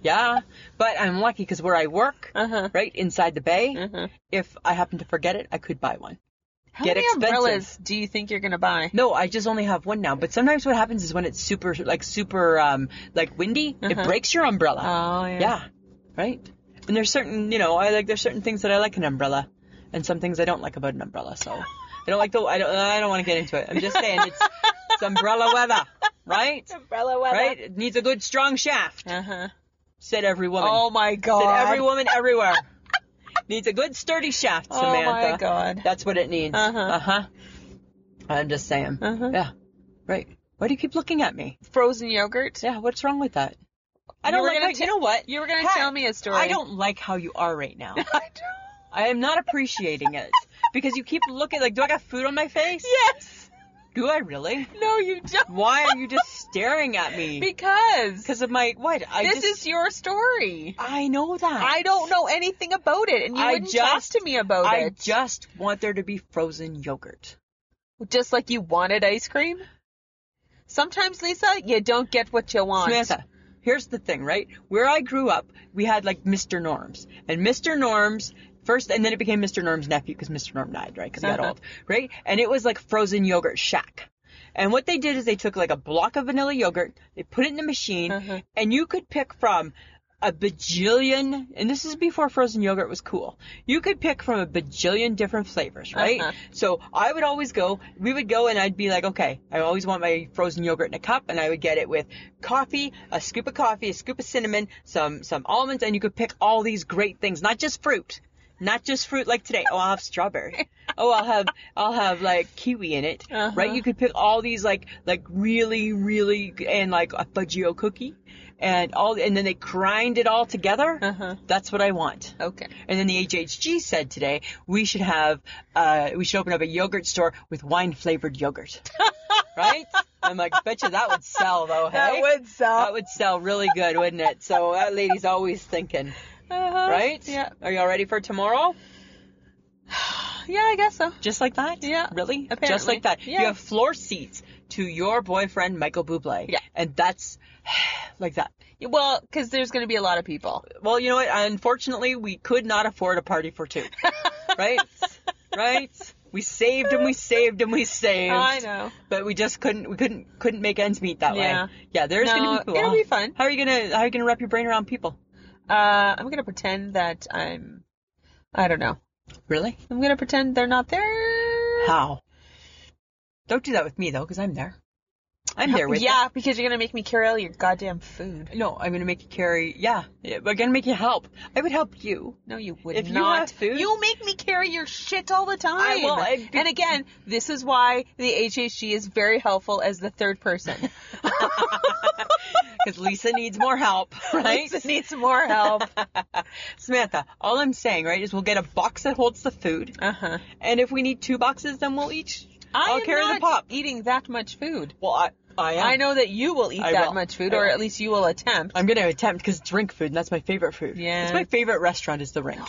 Yeah. But I'm lucky because where I work,
Uh-huh.
right inside the bay,
Uh-huh.
if I happen to forget it, I could buy one.
How
Get
many
expensive.
umbrellas do you think you're gonna buy?
No, I just only have one now. But sometimes what happens is when it's super, like super, um, like windy, it
Uh-huh.
breaks your umbrella.
Oh yeah.
Yeah, right. And there's certain, you know, I like there's certain things that I like an umbrella, and some things I don't like about an umbrella. So I don't like the I don't I don't want to get into it. I'm just saying it's, it's umbrella weather, right?
Umbrella weather.
Right. It needs a good strong shaft.
Uh-huh.
Said every woman.
Oh my god.
said every woman everywhere. needs a good sturdy shaft,
Oh
Samantha.
my god.
That's what it needs.
Uh-huh.
huh. I'm just saying.
Uh-huh.
Yeah. Right. Why do you keep looking at me?
Frozen yogurt.
Yeah. What's wrong with that? I
You
don't
were
like.
gonna
Like,
ta-
you know what?
You were gonna
Hey,
tell me a story.
I don't like how you are right now.
I don't.
I am not appreciating it because you keep looking like, do I got food on my face?
Yes.
Do I really?
No, you don't.
Why are you just staring at me?
Because
Because of my what? I
this
just,
is your story.
I know that.
I don't know anything about it, and you
I
wouldn't
just-
talk to me about
I
it.
just want there to be frozen yogurt.
Just like you wanted ice cream. Sometimes, Lisa, you don't get what you want.
Samantha, here's the thing, right? Where I grew up, we had like Mr. Norms. And Mr. Norms first, and then it became Mr. Norm's nephew because Mr. Norm died, right? Because he got
Uh-huh.
old, right? And it was like frozen yogurt shack. And what they did is they took like a block of vanilla yogurt, they put it in the machine,
Uh-huh.
and you could pick from a bajillion, and this is before frozen yogurt was cool. You could pick from a bajillion different flavors, right?
Uh-huh.
So I would always go, we would go and I'd be like, okay, I always want my frozen yogurt in a cup and I would get it with coffee, a scoop of coffee, a scoop of cinnamon, some, some almonds, and you could pick all these great things, not just fruit. Not just fruit like today. Oh, I'll have strawberry. Oh, I'll have I'll have like kiwi in it,
Uh-huh.
right? You could pick all these like like really really g- and like a fudgio cookie, and all and then they grind it all together.
Uh-huh.
That's what I want.
Okay.
And then the HHG said today we should have uh, we should open up a yogurt store with wine flavored yogurt. right? I'm like, bet you that would sell though. Hey? That
sell.
would sell really good, wouldn't it? So that lady's always thinking,
uh-huh.
right?
Yeah.
Are y'all ready for tomorrow?
Yeah, I guess so.
Just like that?
Yeah.
Really? Just
Apparently.
like that.
Yeah.
You have floor seats to your boyfriend Michael Bublé.
Yeah.
And that's like that.
Well, because there's going to be a lot of people.
Well, you know what? Unfortunately, we could not afford a party for two. right? Right? We saved and we saved and we saved.
I know.
But we just couldn't we couldn't couldn't make ends meet that
Yeah.
way. Yeah, there's
No,
gonna be people.
it'll
huh?
be fun.
How are you gonna how are you gonna wrap your brain around people?
Uh, I'm going to pretend that I'm. I don't know.
Really?
I'm going to pretend they're not there.
How? Don't do that with me though, because I'm there. I'm there with you.
yeah, because you're gonna make me carry all your goddamn food.
No, I'm gonna make you carry. Yeah, yeah, we're gonna make you help. I would help you.
No, you would
If you
not.
have food-
You make me carry your shit all the time.
I will, I-
and again, this is why the HHG is very helpful as the third person.
Because Lisa needs more help, right?
Lisa needs more help.
Samantha, all I'm saying, right, is we'll get a box that holds the food,
Uh huh.
and if we need two boxes, then we'll each.
I
I'll
am
carry
not
the pop.
eating that much food.
Well, I, I am.
I know that you will eat
I
that
will.
much food,
I
or
will.
at least you will attempt.
I'm gonna attempt because drink food, and that's my favorite food.
Yeah.
It's my favorite restaurant is the Ring.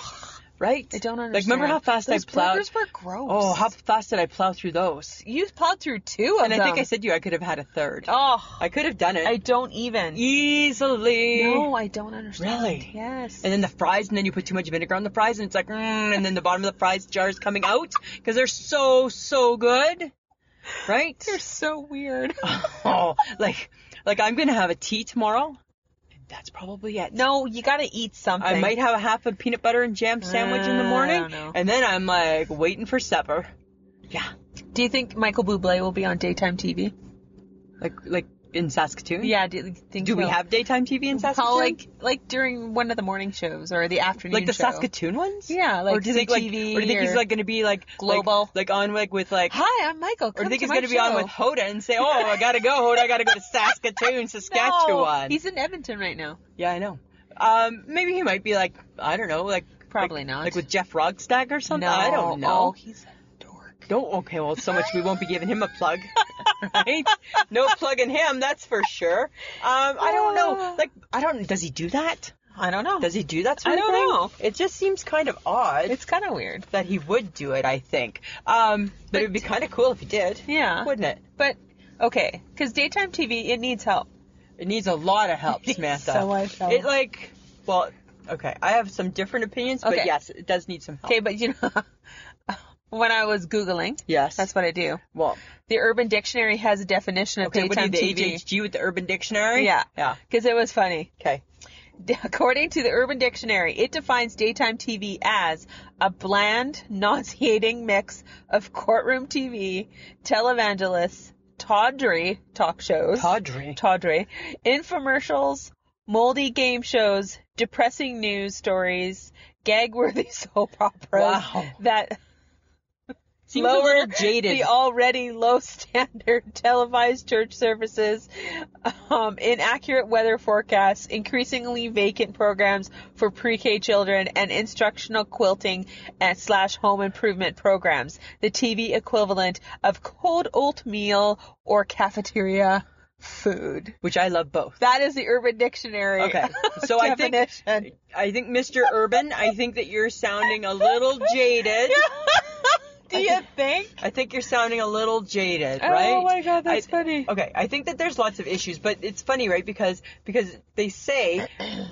Right.
I don't understand.
Like, remember how fast
Those
I plowed?
burgers were gross.
Oh, how fast did I plow through those?
you plowed through two of
And I
them.
think I said to you I could have had a third.
Oh,
I could have done it
I don't even.
easily.
No, I don't understand.
Really?
Yes.
and then the fries, and then you put too much vinegar on the fries, and it's like, mm, and then the bottom of the fries jar is coming out because they're so so good, right?
You're so weird.
oh, like like I'm gonna have a tea tomorrow. and That's probably it.
no, you gotta eat something.
I might have a half a peanut butter and jam sandwich in the
Uh, I
morning,
don't know.
and then I'm like waiting for supper. Yeah,
Do you think Michael Bublé will be on daytime TV?
like like in Saskatoon.
Yeah. Do you think?
Do we
so?
have daytime TV in Saskatoon?
How, like like during one of the morning shows or the afternoon?
like the
show.
Saskatoon ones?
Yeah, like
or do you think like, or do you think
CTV
he's
or
like going to be like like-
Global.
like, on like with like,
Hi, I'm Michael.
or do
Come
you think
to
he's
my
going to be on
show."
with Hoda and say, oh, I gotta go, Hoda, I gotta go to Saskatoon, Saskatchewan.
No, he's in Edmonton right now.
yeah, I know. Um, maybe he might be like, I don't know, like
Probably
like-
not.
like with Jeff Rogstag or something.
no,
I don't
Oh,
know.
he's a dork.
Don't okay. Well, so much we won't be giving him a plug, right? No plugging him, that's for sure. Um, I don't know. Like, I don't. Does he do that?
I don't know.
Does he do that?
I
Sort of
don't
thing?
know.
It just seems kind of odd
It's kind of weird.
that he would do it. I think, um, but, it would be kind of cool if he did,
Yeah.
wouldn't it?
But okay, because daytime TV it needs help.
It needs a lot of help, Samantha.
So I felt.
It like, well, okay. I have some different opinions, but
Okay.
yes, it does need some help.
Okay, but you know, when I was googling,
Yes.
that's what I do.
well.
The Urban Dictionary has a definition of
Okay, what do you
daytime
the
TV
ADHD with the Urban Dictionary?
Yeah.
Yeah.
because it was funny.
Okay.
According to the Urban Dictionary, it defines daytime TV as a bland, nauseating mix of courtroom TV, televangelists, tawdry talk shows,
Tawdry.
tawdry, infomercials, moldy game shows, depressing news stories, gag-worthy soap operas
Wow.
that
Seems a
lower
little jaded.
the already low standard televised church services, um, inaccurate weather forecasts, increasingly vacant programs for pre-K children, and instructional quilting and slash home improvement programs. The TV equivalent of cold oatmeal or cafeteria food.
which I love both.
That is the Urban Dictionary.
Okay. So I think
definition.
I think Mr. Urban, I think that you're sounding a little jaded.
Do you think?
I think you're sounding a little jaded, right?
Oh my god, that's
I-
funny.
Okay, I think that there's lots of issues, but it's funny, right? Because because they say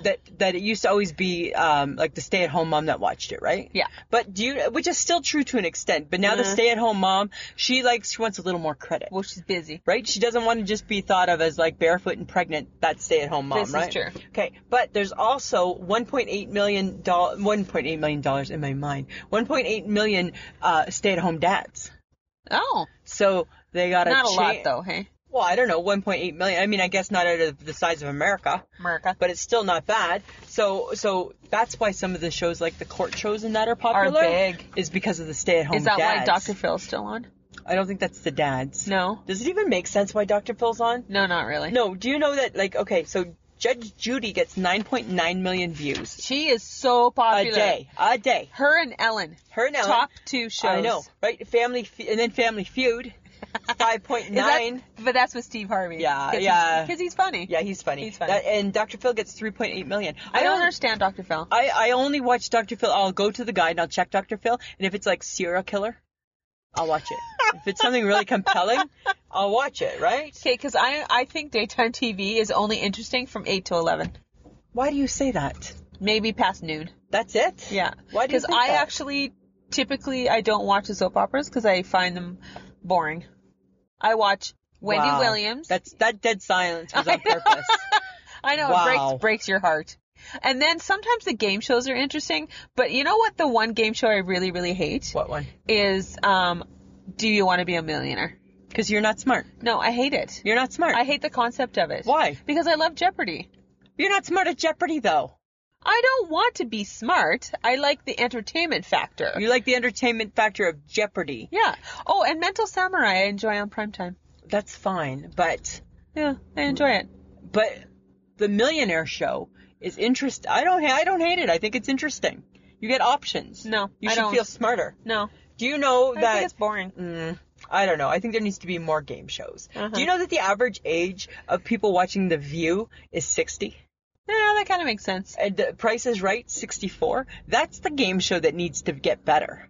that that it used to always be um, like the stay-at-home mom that watched it, right?
Yeah.
But do you, which is still true to an extent, but now the
Mhm.
stay-at-home mom, she likes she wants a little more credit.
Well, she's busy.
right? She doesn't want to just be thought of as like barefoot and pregnant, that stay-at-home mom,
This is
right?
true.
Okay, but there's also 1.8 million doll 1.8 million dollars in my mind, 1.8 million uh, stay-at-home dads.
Oh,
So they got
not a
cha-
lot though, hey,
Well, I don't know, 1.8 million. I mean, I guess not out of the size of America,
America.
but it's still not bad. So so that's why some of the shows like the court shows and that are popular.
big.
Is because of the stay-at-home.
Is that why
dads.
Dr. Phil's still on?
I don't think that's the dads.
No.
Does it even make sense why Dr. Phil's on?
No, not really.
No, do you know that like okay, so Judge Judy gets 9.9 million views
She is so
a
popular.
day, a day.
Her and Ellen.
Her now
Top two shows.
I know, right? Family Fe- and then Family Feud,
Is
5.9.
that- but that's with Steve Harvey.
Yeah,
Cause
yeah.
Because he's funny.
yeah, he's funny.
He's funny.
That- and Dr. Phil gets 3.8 million.
I don't
only-
understand Dr. Phil.
I, I only watch Dr. Phil. I'll go to the guide and I'll check Dr. Phil, and if it's like serial killer, I'll watch it. if it's something really compelling, I'll watch it. Right?
Okay, because I I think daytime TV is only interesting from eight to eleven,
Why do you say that?
maybe past noon.
That's it.
Yeah.
Why do you?
Because
Think
I
that?
actually typically I don't watch the soap operas because I find them boring. I watch Wendy
Wow.
Williams.
That's that dead silence was on purpose.
I know
Wow.
it breaks breaks your heart. And then sometimes the game shows are interesting, but you know what? The one game show I really really hate
what one?
is um, Do You Want to Be a Millionaire?
Because you're not smart.
No, I hate it.
You're not smart.
I hate the concept of it.
Why?
Because I love Jeopardy.
You're not smart at Jeopardy though.
I don't want to be smart. I like the entertainment factor.
You like the entertainment factor of Jeopardy.
yeah. Oh, and Mental Samurai I enjoy on primetime.
That's fine, but
Yeah, I enjoy it.
but the Millionaire Show is interest. I don't ha- I don't hate it. I think it's interesting. You get options.
No,
you
I
should
don't.
feel smarter.
No,
Do you know
I
that?
think it's boring.
Mm, I don't know. I think there needs to be more game shows.
Uh-huh.
Do you know that the average age of people watching The View is 60?
Yeah, that kind of makes sense.
And the Price is Right, 64? That's the game show that needs to get better.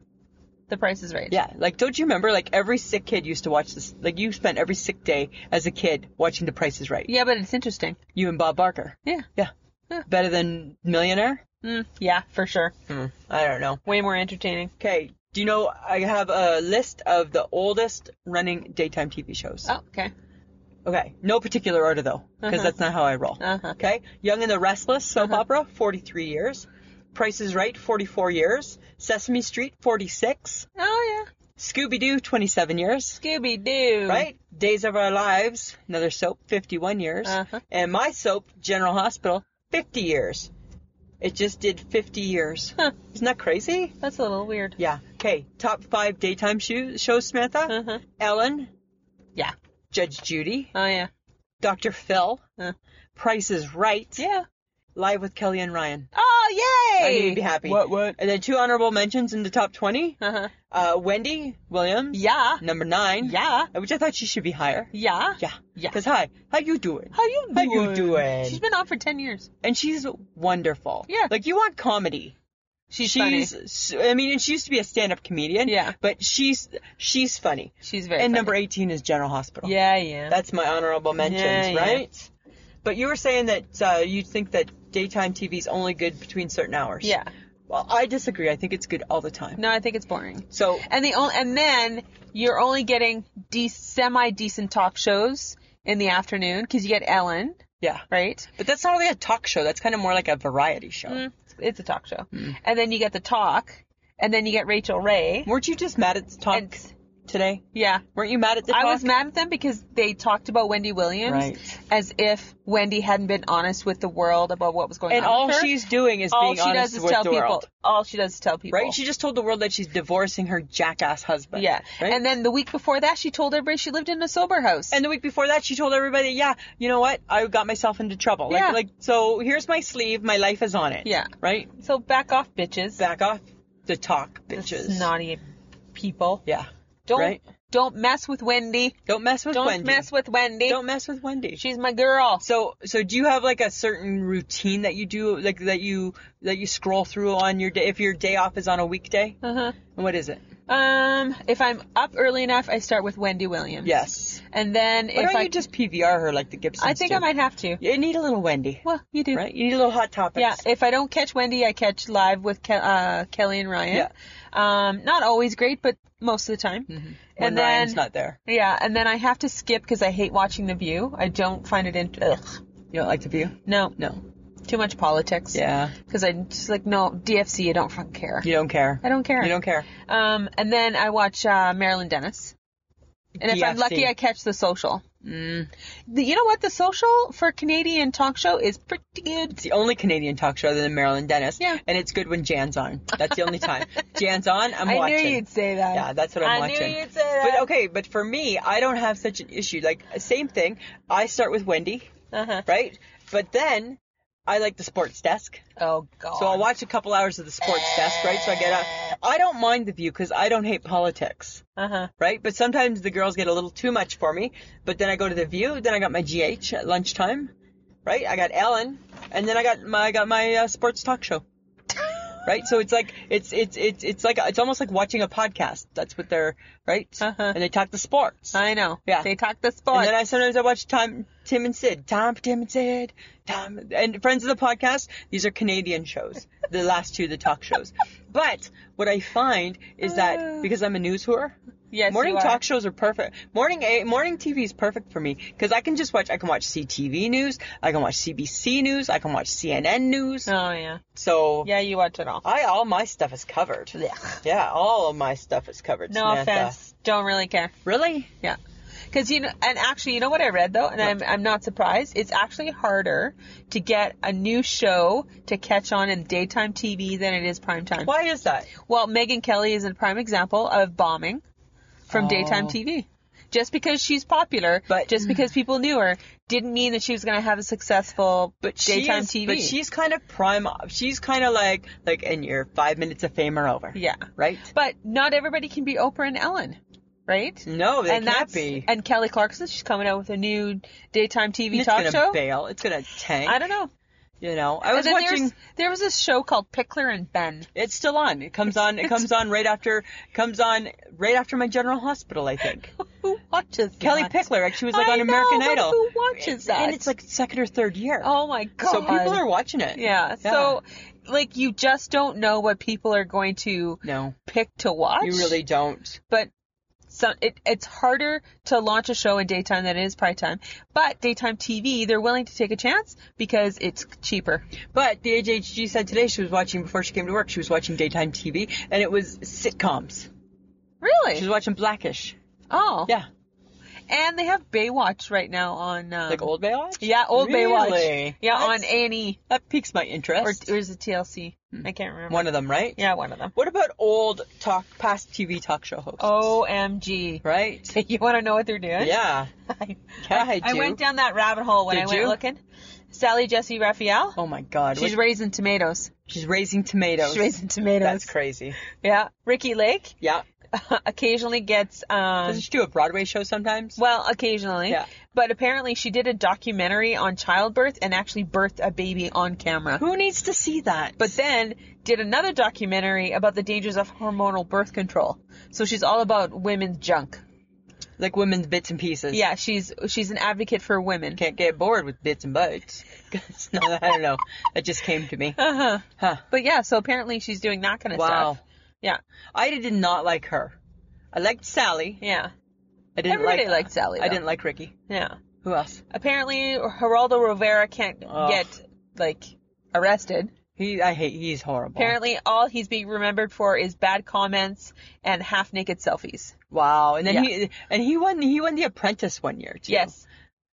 The Price is Right.
Yeah, like don't you remember? Like every sick kid used to watch this. Like you spent every sick day as a kid watching The Price Is Right.
Yeah, but it's interesting.
You and Bob Barker.
Yeah.
Yeah.
Yeah.
Better than Millionaire.
Mm, yeah, for sure.
I don't know.
Way more entertaining.
Okay, do you know I have a list of the oldest running daytime TV shows?
Oh, okay.
Okay, no particular order though, because
Uh-huh.
that's not how I roll.
Uh-huh.
Okay, Young and the Restless soap opera, 43 years. Price is Right, 44 years. Sesame Street, 46.
Oh
Scooby Doo, 27 years.
yeah, Scooby Doo.
right? Days of Our Lives, another soap, 51 years.
Uh-huh.
And my soap, General Hospital, 50 years. It just did 50 years.
Huh.
Isn't that crazy?
That's a little weird.
Yeah. Okay, top five daytime sho- shows, Samantha.
Uh-huh.
Ellen.
Yeah.
Judge Judy.
Oh yeah.
Dr. Phil.
Uh.
Price is Right.
Yeah.
Live with Kelly and Ryan.
Oh yay!
I knew you'd be happy.
What? What?
And then two honorable mentions in the top 20.
Uh-huh.
Uh, Wendy Williams,
Yeah.
number nine. Uh,
Yeah.
Which I thought she should be higher.
Yeah.
Yeah.
Yeah.
Because hi, how you doing?
How you doing?
How you doing?
She's been on for ten years.
And she's wonderful.
Yeah.
Like you want comedy.
She's,
she's
funny.
s- I mean, and she used to be a stand-up comedian.
Yeah.
But she's she's funny.
She's very.
and
funny.
number 18 is General Hospital.
Yeah, yeah.
That's my honorable mentions,
Yeah, yeah.
right? But you were saying that uh, you think that daytime TV is only good between certain hours.
yeah.
Well, I disagree. I think it's good all the time.
No, I think it's boring.
So
And the only, and then you're only getting de- semi decent talk shows in the afternoon because you get Ellen,
yeah,
right?
but that's not really a talk show. That's kind of more like a variety show.
It's, Mm-hmm. it's a talk show.
Hmm.
And then you get the talk, and then you get Rachel Ray.
Weren't you just mad at the talk
And
today?
yeah,
Weren't you mad at the talk?
I was mad at them because they talked about Wendy Williams
Right.
as if Wendy hadn't been honest with the world about what was going
And
on.
all
with her.
she's doing is
all
being
she
honest
does is
with
tell
the
people.
world,
All she does is tell people.
right? She just told the world that she's divorcing her jackass husband.
yeah.
right?
And then the week before that, she told everybody she lived in a sober house.
And the week before that, she told everybody, "Yeah, you know what? I got myself into trouble. Like,
Yeah.
like so. Here's my sleeve. My life is on it.
Yeah.
Right.
so back off, bitches.
Back off the talk, bitches.
Snotty people.
yeah.
Don't
right.
don't mess with Wendy.
Don't mess with
Don't
Wendy.
mess with Wendy.
Don't mess with Wendy.
She's my girl.
so, so do you have like a certain routine that you do, like that you that you scroll through on your day if your day off is on a weekday?
Uh-huh.
And what is it?
Um, if I'm up early enough, I start with Wendy Williams.
Yes.
And then
Why
if
don't
I
you just PVR her like the Gibsons
I think
do?
I might have to.
You need a little Wendy,
Well, you do.
right? You need a little hot topics.
Yeah, if I don't catch Wendy, I catch live with Ke- uh, Kelly and Ryan.
Yeah.
Um, not always great, but most of the time.
Mm-hmm. When
And then
Ryan's not there.
yeah, and then I have to skip because I hate watching The View. I don't find it in. Ugh.
You don't like the view?
No,
No.
too much politics.
Yeah.
Because I just like no DFC. I don't fucking care.
You don't care.
I don't care.
You don't care.
Um, and then I watch uh, Marilyn Dennis. And if I'm
DFC.
lucky, I catch The Social. Mm. The, you know what? The Social for Canadian talk show is pretty good.
It's the only Canadian talk show other than Marilyn Dennis.
Yeah.
And it's good when Jan's on. That's the only time. Jan's on, I'm
I
watching.
knew you'd say that.
Yeah, that's what I'm
I
watching.
knew you'd say that.
But okay, but for me, I don't have such an issue. Like same thing. I start with Wendy,
Uh-huh.
right? But then I like the sports desk.
Oh God.
So I'll watch a couple hours of the sports desk, right? So I get up. I don't mind the view because I don't hate politics,
Uh huh.
right? But sometimes the girls get a little too much for me. But then I go to the view. Then I got my GH at lunchtime, right? I got Ellen, and then I got my I got my uh, sports talk show, right? So it's like it's it's it's it's like it's almost like watching a podcast. That's what they're right,
Uh-huh.
and they talk the sports.
I know.
Yeah.
They talk the
And
sport.
then I sometimes I watch Tom, Tim and Sid, Tom, Tim and Sid, Tom, and friends of the podcast. These are Canadian shows. the last two, the talk shows. But what I find is
Uh.
that because I'm a news whore,
yes.
morning
you are.
talk shows are perfect. Morning a morning TV is perfect for me because I can just watch. I can watch CTV news. I can watch CBC news. I can watch CNN news.
Oh yeah.
so
Yeah, you watch it all.
I all my stuff is covered.
Blech.
Yeah, all of my stuff is covered.
No
Samantha.
offense. Don't really care.
Really?
Yeah. Because you know, and actually, you know what I read though, and I'm I'm not surprised. It's actually harder to get a new show to catch on in daytime TV than it is prime time.
Why is that?
Well, Megan Kelly is a prime example of bombing from
Oh.
daytime TV. Just because she's popular,
But-
just because people knew her, didn't mean that she was going to have a successful
But she
daytime
is,
TV.
But she's kind of prime. She's kind of like like, and your five minutes of fame are over.
yeah.
Right?
But not everybody can be Oprah and Ellen, right?
No, Mm, they
and
can't
that's
be.
and Kelly Clarkson. She's coming out with a new daytime TV
it's
talk
gonna
show.
fail. It's gonna tank.
I don't know.
You know, I was
and then
watching.
there's there was this show called Pickler and Ben.
It's still on. It comes on. It comes on right after. Comes on right after my General Hospital. I think
Who watches
Kelly
that?
Pickler. Like she was like
Oh, I
on
know,
American
but
Idol.
Who watches that?
And it's like second or third year.
oh my god.
so people are watching it.
Yeah. So, like, you just don't know what people are going to
no,
pick to watch.
you really don't.
But some, it, it's harder to launch a show in daytime than it is prime time. But daytime TV, they're willing to take a chance because it's cheaper.
But the HHG said today she was watching before she came to work. She was watching daytime TV, and it was sitcoms. She was
Really?
watching Blackish.
Oh.
Yeah.
And they have Baywatch right now on. Um,
Like Old Baywatch?
Yeah, old Baywatch.
Really?
Yeah,
That's-
on A and E
That piques my
or, or
interest.
is it TLC? I can't remember.
Hmm. one of them, right?
Yeah, one of them.
What about old talk past TV talk show hosts?
Oh. Omg.
right.
You want to know what they're doing?
Yeah.
I,
Yeah, I
I
do.
went down that rabbit hole when
Did
I went
you?
looking, Sally Jesse Raphael.
Oh my God.
She's
She's,
raising tomatoes.
she's raising tomatoes.
She's raising tomatoes.
That's crazy.
Yeah. Ricky Lake
Yeah.
occasionally gets um
Doesn't she do a Broadway show sometimes?
well, occasionally.
Yeah.
But apparently she did a documentary on childbirth and actually birthed a baby on camera.
Who needs to see that?
But then did another documentary about the dangers of hormonal birth control. So she's all about women's junk.
like women's bits and pieces.
Yeah, she's she's an advocate for women.
Can't get bored with bits and bites. 'Cause- no, I don't know. That just came to me.
Uh-huh.
Huh.
But yeah, so apparently she's doing that kind of
Wow.
stuff. Yeah.
I did not like her. I liked Sally.
Yeah.
I didn't
Everybody
like
liked Sally,
I
though.
didn't like Ricky.
Yeah.
Who else?
Apparently Geraldo Rivera can't
Ugh.
get like arrested.
He I hate he's horrible.
Apparently all he's being remembered for is bad comments and half naked selfies.
Wow. And then
Yeah.
he and he won he won the apprentice one year too.
Yes.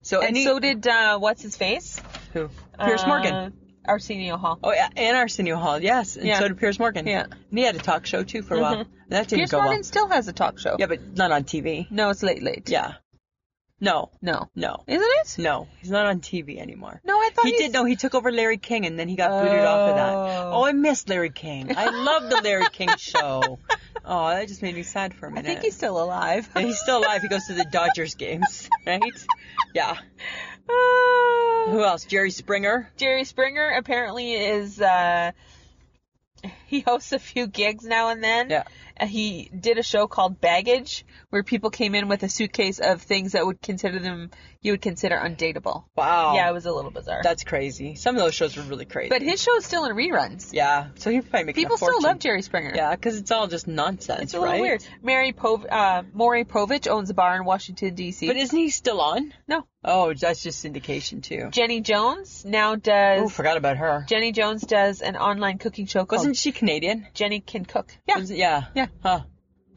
So
And
he-
so did uh what's his face?
who? Pierce
Uh,
Morgan.
Arsenio Hall.
Oh yeah, and Arsenio Hall, yes. And
Yeah.
so did Pierce Morgan.
Yeah. Mm-hmm.
And he had a talk show too for a while. That didn't
Pierce
go
Morgan
well.
still has a talk show.
Yeah, but not on TV.
No, it's late late.
Yeah. No.
No.
No.
Isn't it?
No. He's not on TV anymore.
No, I thought
He did no, he took over Larry King and then he got booted off of that.
Oh.
Oh, I miss Larry King. I love the Larry King show. Oh, that just made me sad for a
I
minute.
think he's still alive.
And he's still alive. He goes to the Dodgers games, right? Yeah.
Ah.
Who else? Jerry Springer.
Jerry Springer apparently is uh he hosts a few gigs now and then.
Yeah.
Uh, He did a show called Baggage where people came in with a suitcase of things that would consider them you would consider undateable.
Wow.
Yeah, it was a little bizarre.
Oh. That's crazy. Some of those shows were really crazy.
but his show is still in reruns.
yeah. So he probably making
People
a fortune.
still love Jerry Springer.
Yeah, because it's all just nonsense,
It's a little
right?
weird. Mary Pov- uh, Maury Povich owns a bar in Washington D.C.
But isn't he still on?
no,
Oh, that's just syndication too.
Jenny Jones now
Oh,
does.
forgot about her.
Jenny Jones does an online cooking show called
Wasn't she Canadian?
Jenny Can Cook. Yeah,
Wasn't- yeah.
Yeah.
Huh.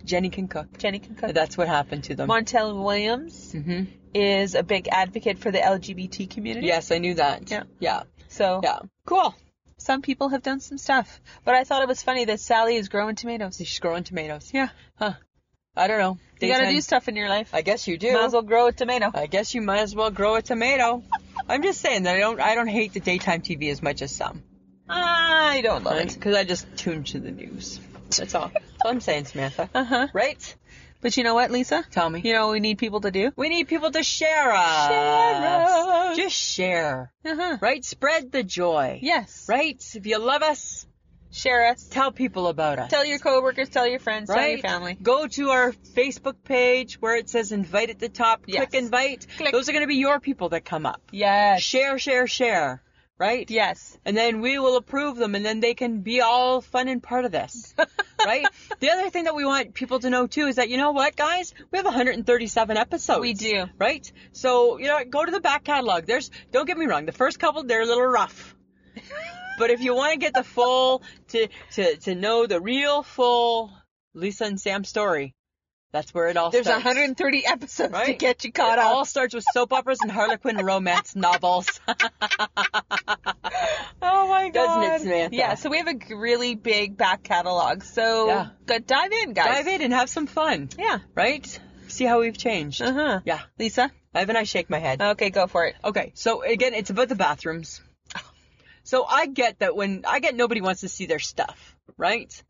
Jenny can cook.
Jenny Can Cook.
That's what happened to them.
Montel Williams
hmm
is a big advocate for the LGBT community.
Yes, I knew that.
Yeah. Oh.
Yeah.
So
Yeah. Cool.
some people have done some stuff, but I thought it was funny that Sally is growing tomatoes.
She's growing tomatoes.
Yeah,
I don't know.
you gotta do stuff in your life.
I guess you do.
Might as well grow a tomato.
I guess you might as well grow a tomato. I'm just saying that I don't I don't hate the daytime TV as much as some.
I don't love it.
Because I just tune to the news. That's all. That's all I'm saying, Samantha.
Uh huh.
Right?
But you know what, Lisa?
Tell me.
You know what we need people to do?
We need people to share us.
Share us.
Just share.
Uh huh.
Right? Spread the joy.
Yes.
Uh-huh. Right? If you love us,
Share us.
tell people about us.
Tell your coworkers. Tell your friends. Tell your
Right?
family.
Go to our Facebook page where it says invite at the top.
Yes.
Click invite.
Click.
Those are going to be your people that come up.
Yes.
Share, share, share. Right?
Yes.
And then we will approve them and then they can be all fun and part of this. right? The other thing that we want people to know too is that you know what, guys? We have 137 episodes.
We do.
Right? So, you know, what? go to the back catalog. There's don't get me wrong, the first couple they're a little rough. But if you want to get the full to to to know the real full Lisa and Sam story, that's where it all
There's
starts.
130 episodes to
Right.
get you
It
caught
all
up.
starts with soap operas and Harlequin romance novels.
Oh my
Doesn't it, Samantha?
Yeah. So we have a g- really big back catalog. So
Yeah.
go- dive in, guys.
Dive in and have some fun,
Yeah.
right? See how we've changed.
Uh huh.
Yeah.
Lisa.
Ivan, I shake my head.
Okay, go for it.
Okay, so again, it's about the bathrooms. So I get that when I get nobody wants to see their stuff, right?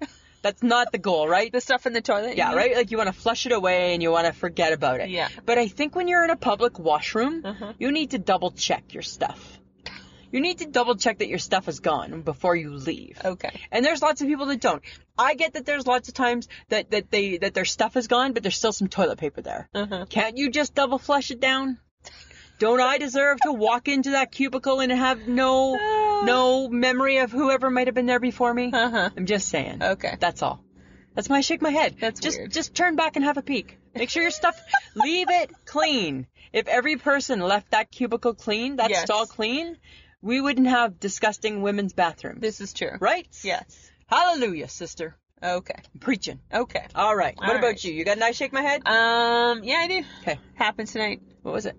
That's not the goal, right?
The stuff in the toilet. you
Yeah,
mean?
right? Like you want to flush it away and you want to forget about it.
Yeah.
But I think when you're in a public washroom,
Uh-huh.
you need to double check your stuff. You need to double check that your stuff is gone before you leave.
Okay.
And there's lots of people that don't. I get that there's lots of times that, that they that their stuff is gone, but there's still some toilet paper there.
Uh huh.
Can't you just double flush it down? Don't I deserve to walk into that cubicle and have no no memory of whoever might have been there before me?
Uh huh.
I'm just saying.
Okay.
That's all. That's my shake my head.
That's
just
weird.
just turn back and have a peek. Make sure your stuff leave it clean. If every person left that cubicle clean, that
Yes.
stall clean, we wouldn't have disgusting women's bathrooms.
This is true.
right?
Yes.
Hallelujah, sister.
Okay.
I'm preaching.
Okay.
All right.
All
what
right.
about you? You got a nice shake my head?
Um. Yeah, I do.
Okay.
Happens tonight.
What was it?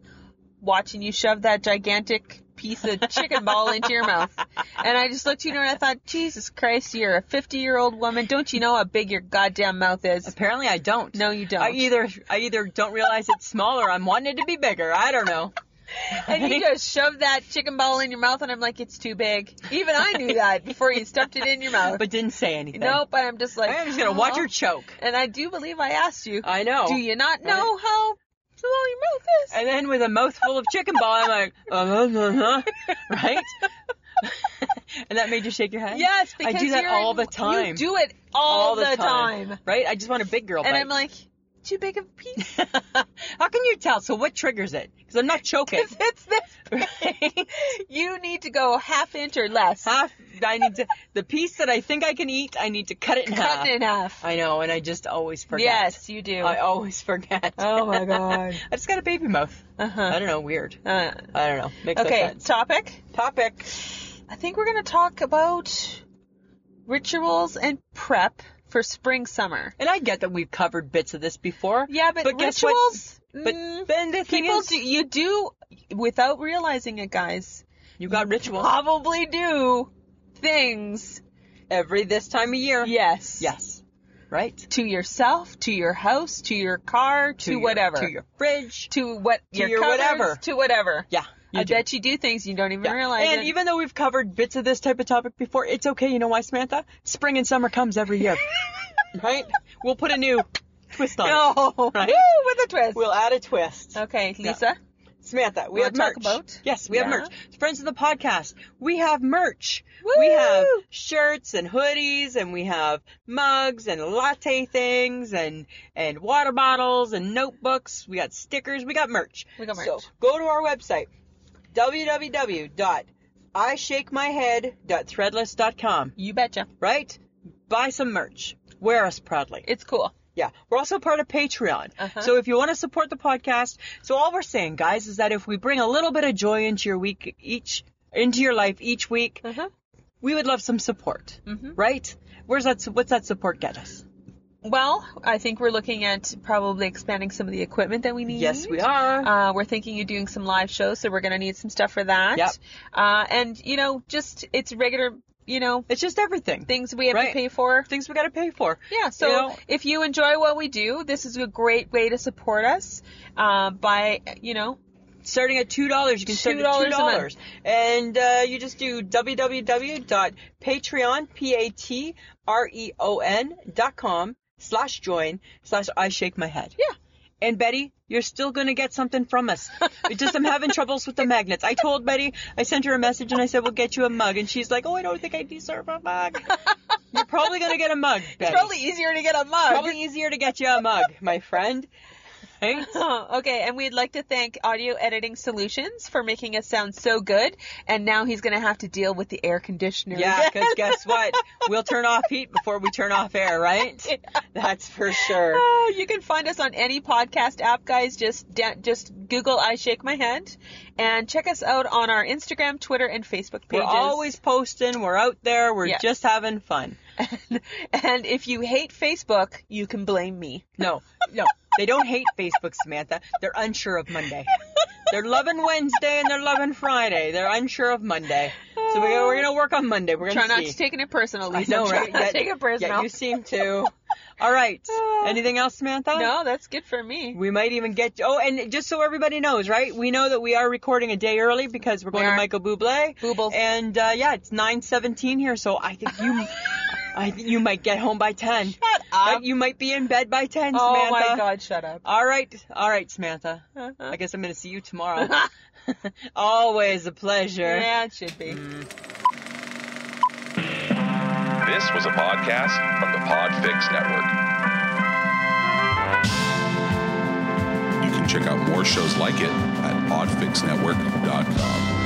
watching you shove that gigantic piece of chicken ball into your mouth. And I just looked at you and I thought, Jesus Christ, you're a 50 year old woman. Don't you know how big your goddamn mouth is?
Apparently I don't.
No, you don't.
I either I either don't realize it's small or I'm wanting it to be bigger. I don't know.
and you just shoved that chicken ball in your mouth, and I'm like, it's too big. Even I knew that before you stuffed it in your mouth.
but didn't say anything.
nope, but I'm just like,
I'm just gonna watch
"Huh?"
her choke.
And I do believe I asked you,
I know.
do you not know how small your mouth is?
and then with a mouthful of chicken ball, I'm like, uh huh, uh-huh, right? and that made you shake your head.
yes,
I do
because
that
you're
all
in-
the time.
You do it all, the, time.
Right? I just want a big girl.
And
bite.
I'm like, too big of a piece.
How can you tell? So what triggers it? Because I'm not choking.
If it's this big, you need to go half inch or less.
half. I need to the piece that I think I can eat. I need to cut it in half.
Cutting in half.
I know, and I just always forget.
Yes, you do.
I always forget.
Oh, my God.
I just got a baby mouth. I
Uh-huh.
don't know. Weird.
Uh,
I don't know. Makes no
okay,
sense.
topic.
Topic.
I think we're going to talk about rituals and prep for spring summer.
And I get that we've covered bits of this before.
Yeah, but,
But guess what?
rituals.
But
mm,
then the thing
people
is,
do you do without realizing it, guys.
you got rituals
Probably do things.
every this time of year.
Yes.
Yes. Right.
To yourself, to your house, to your car, to,
your-
whatever.
To your fridge.
to what
To your
covers,
whatever.
to whatever.
Yeah. you
I
do.
bet you do things you don't even
Yeah.
realize.
And
it.
even though we've covered bits of this type of topic before, it's okay. You know why, Samantha? Spring and summer comes every year, right? We'll put a new twist on it.
no,
Right?
Woo, with a twist.
We'll add a twist.
okay, Lisa.
Samantha, we
Wanna
have
talk
merch.
about?
Yes, we have
Yeah.
merch. Friends of the podcast, we have merch.
Woo!
We have shirts and hoodies, and we have mugs and latte things, and and water bottles and notebooks. We got stickers. We got merch.
We got
So
merch.
go to our website, www.ishakemyhead.threadless.com.
You betcha.
Right? Buy some merch. Wear us proudly.
It's cool.
Yeah, we're also part of Patreon.
Uh-huh.
So if you want to support the podcast, so all we're saying, guys, is that if we bring a little bit of joy into your week each, into your life each week,
Uh-huh.
we would love some support,
Mhm.
right? Where's that? What's that support get us?
Well, I think we're looking at probably expanding some of the equipment that we need.
Yes, we are.
Uh, we're thinking of doing some live shows, so we're going to need some stuff for that.
Yep.
Uh, and, you know, just it's regular, you know,
it's just everything,
things we have to
Right.
pay for.
things we got to pay for.
Yeah, so
You know?
if you enjoy what we do, this is a great way to support us uh, by, you know,
Starting at two dollars, you can start at
$2
two
a month.
dollars, and uh, you just do www.patreon p a t r e o n dot com slash join slash I shake my head.
yeah,
And Betty, you're still gonna get something from us. It's just I'm having troubles with the magnets. I told Betty, I sent her a message and I said we'll get you a mug, and she's like, oh, I don't think I deserve a mug. You're probably gonna get a mug, Betty.
probably easier to get a mug.
Probably easier to get you a mug, my friend. Right?
okay, and we'd like to thank Audio Editing Solutions for making us sound so good. And now he's going to have to deal with the air conditioner.
Yeah,
again.
because guess what? We'll turn off heat before we turn off air, right? That's for sure.
Oh, you can find us on any podcast app, guys. Just da- just Google "I Shake My Head" and check us out on our Instagram, Twitter, and Facebook pages.
We're always posting. We're out there. We're
Yeah.
just having fun.
and if you hate Facebook, you can blame me.
No, no, they don't hate Facebook, Samantha. They're unsure of Monday. They're loving Wednesday and they're loving Friday. They're unsure of Monday. So we, we're gonna work on Monday. We're
Try
gonna
not
see.
to take it personal,
I
Lisa.
know,
Try
right?
not to
Yeah,
take it
Yeah,
personal.
you seem to. All right. Anything else, Samantha?
no, that's good for me.
We might even get. Oh, and just so everybody knows, right? We know that we are recording a day early because we're going
We
to
are.
Michael Bublé.
Boobles.
And uh, yeah, it's 9:17 here, so I think you, I think you might get home by 10.
Shut
Right? You might be in bed by 10,
oh
Samantha.
my God! Shut up.
All right, all right, Samantha.
Uh-huh.
I guess I'm gonna see you tomorrow. Always a pleasure.
Yeah, it should be.
This was a podcast from the Podfix Network. You can check out more shows like it at oddfixnetwork.com.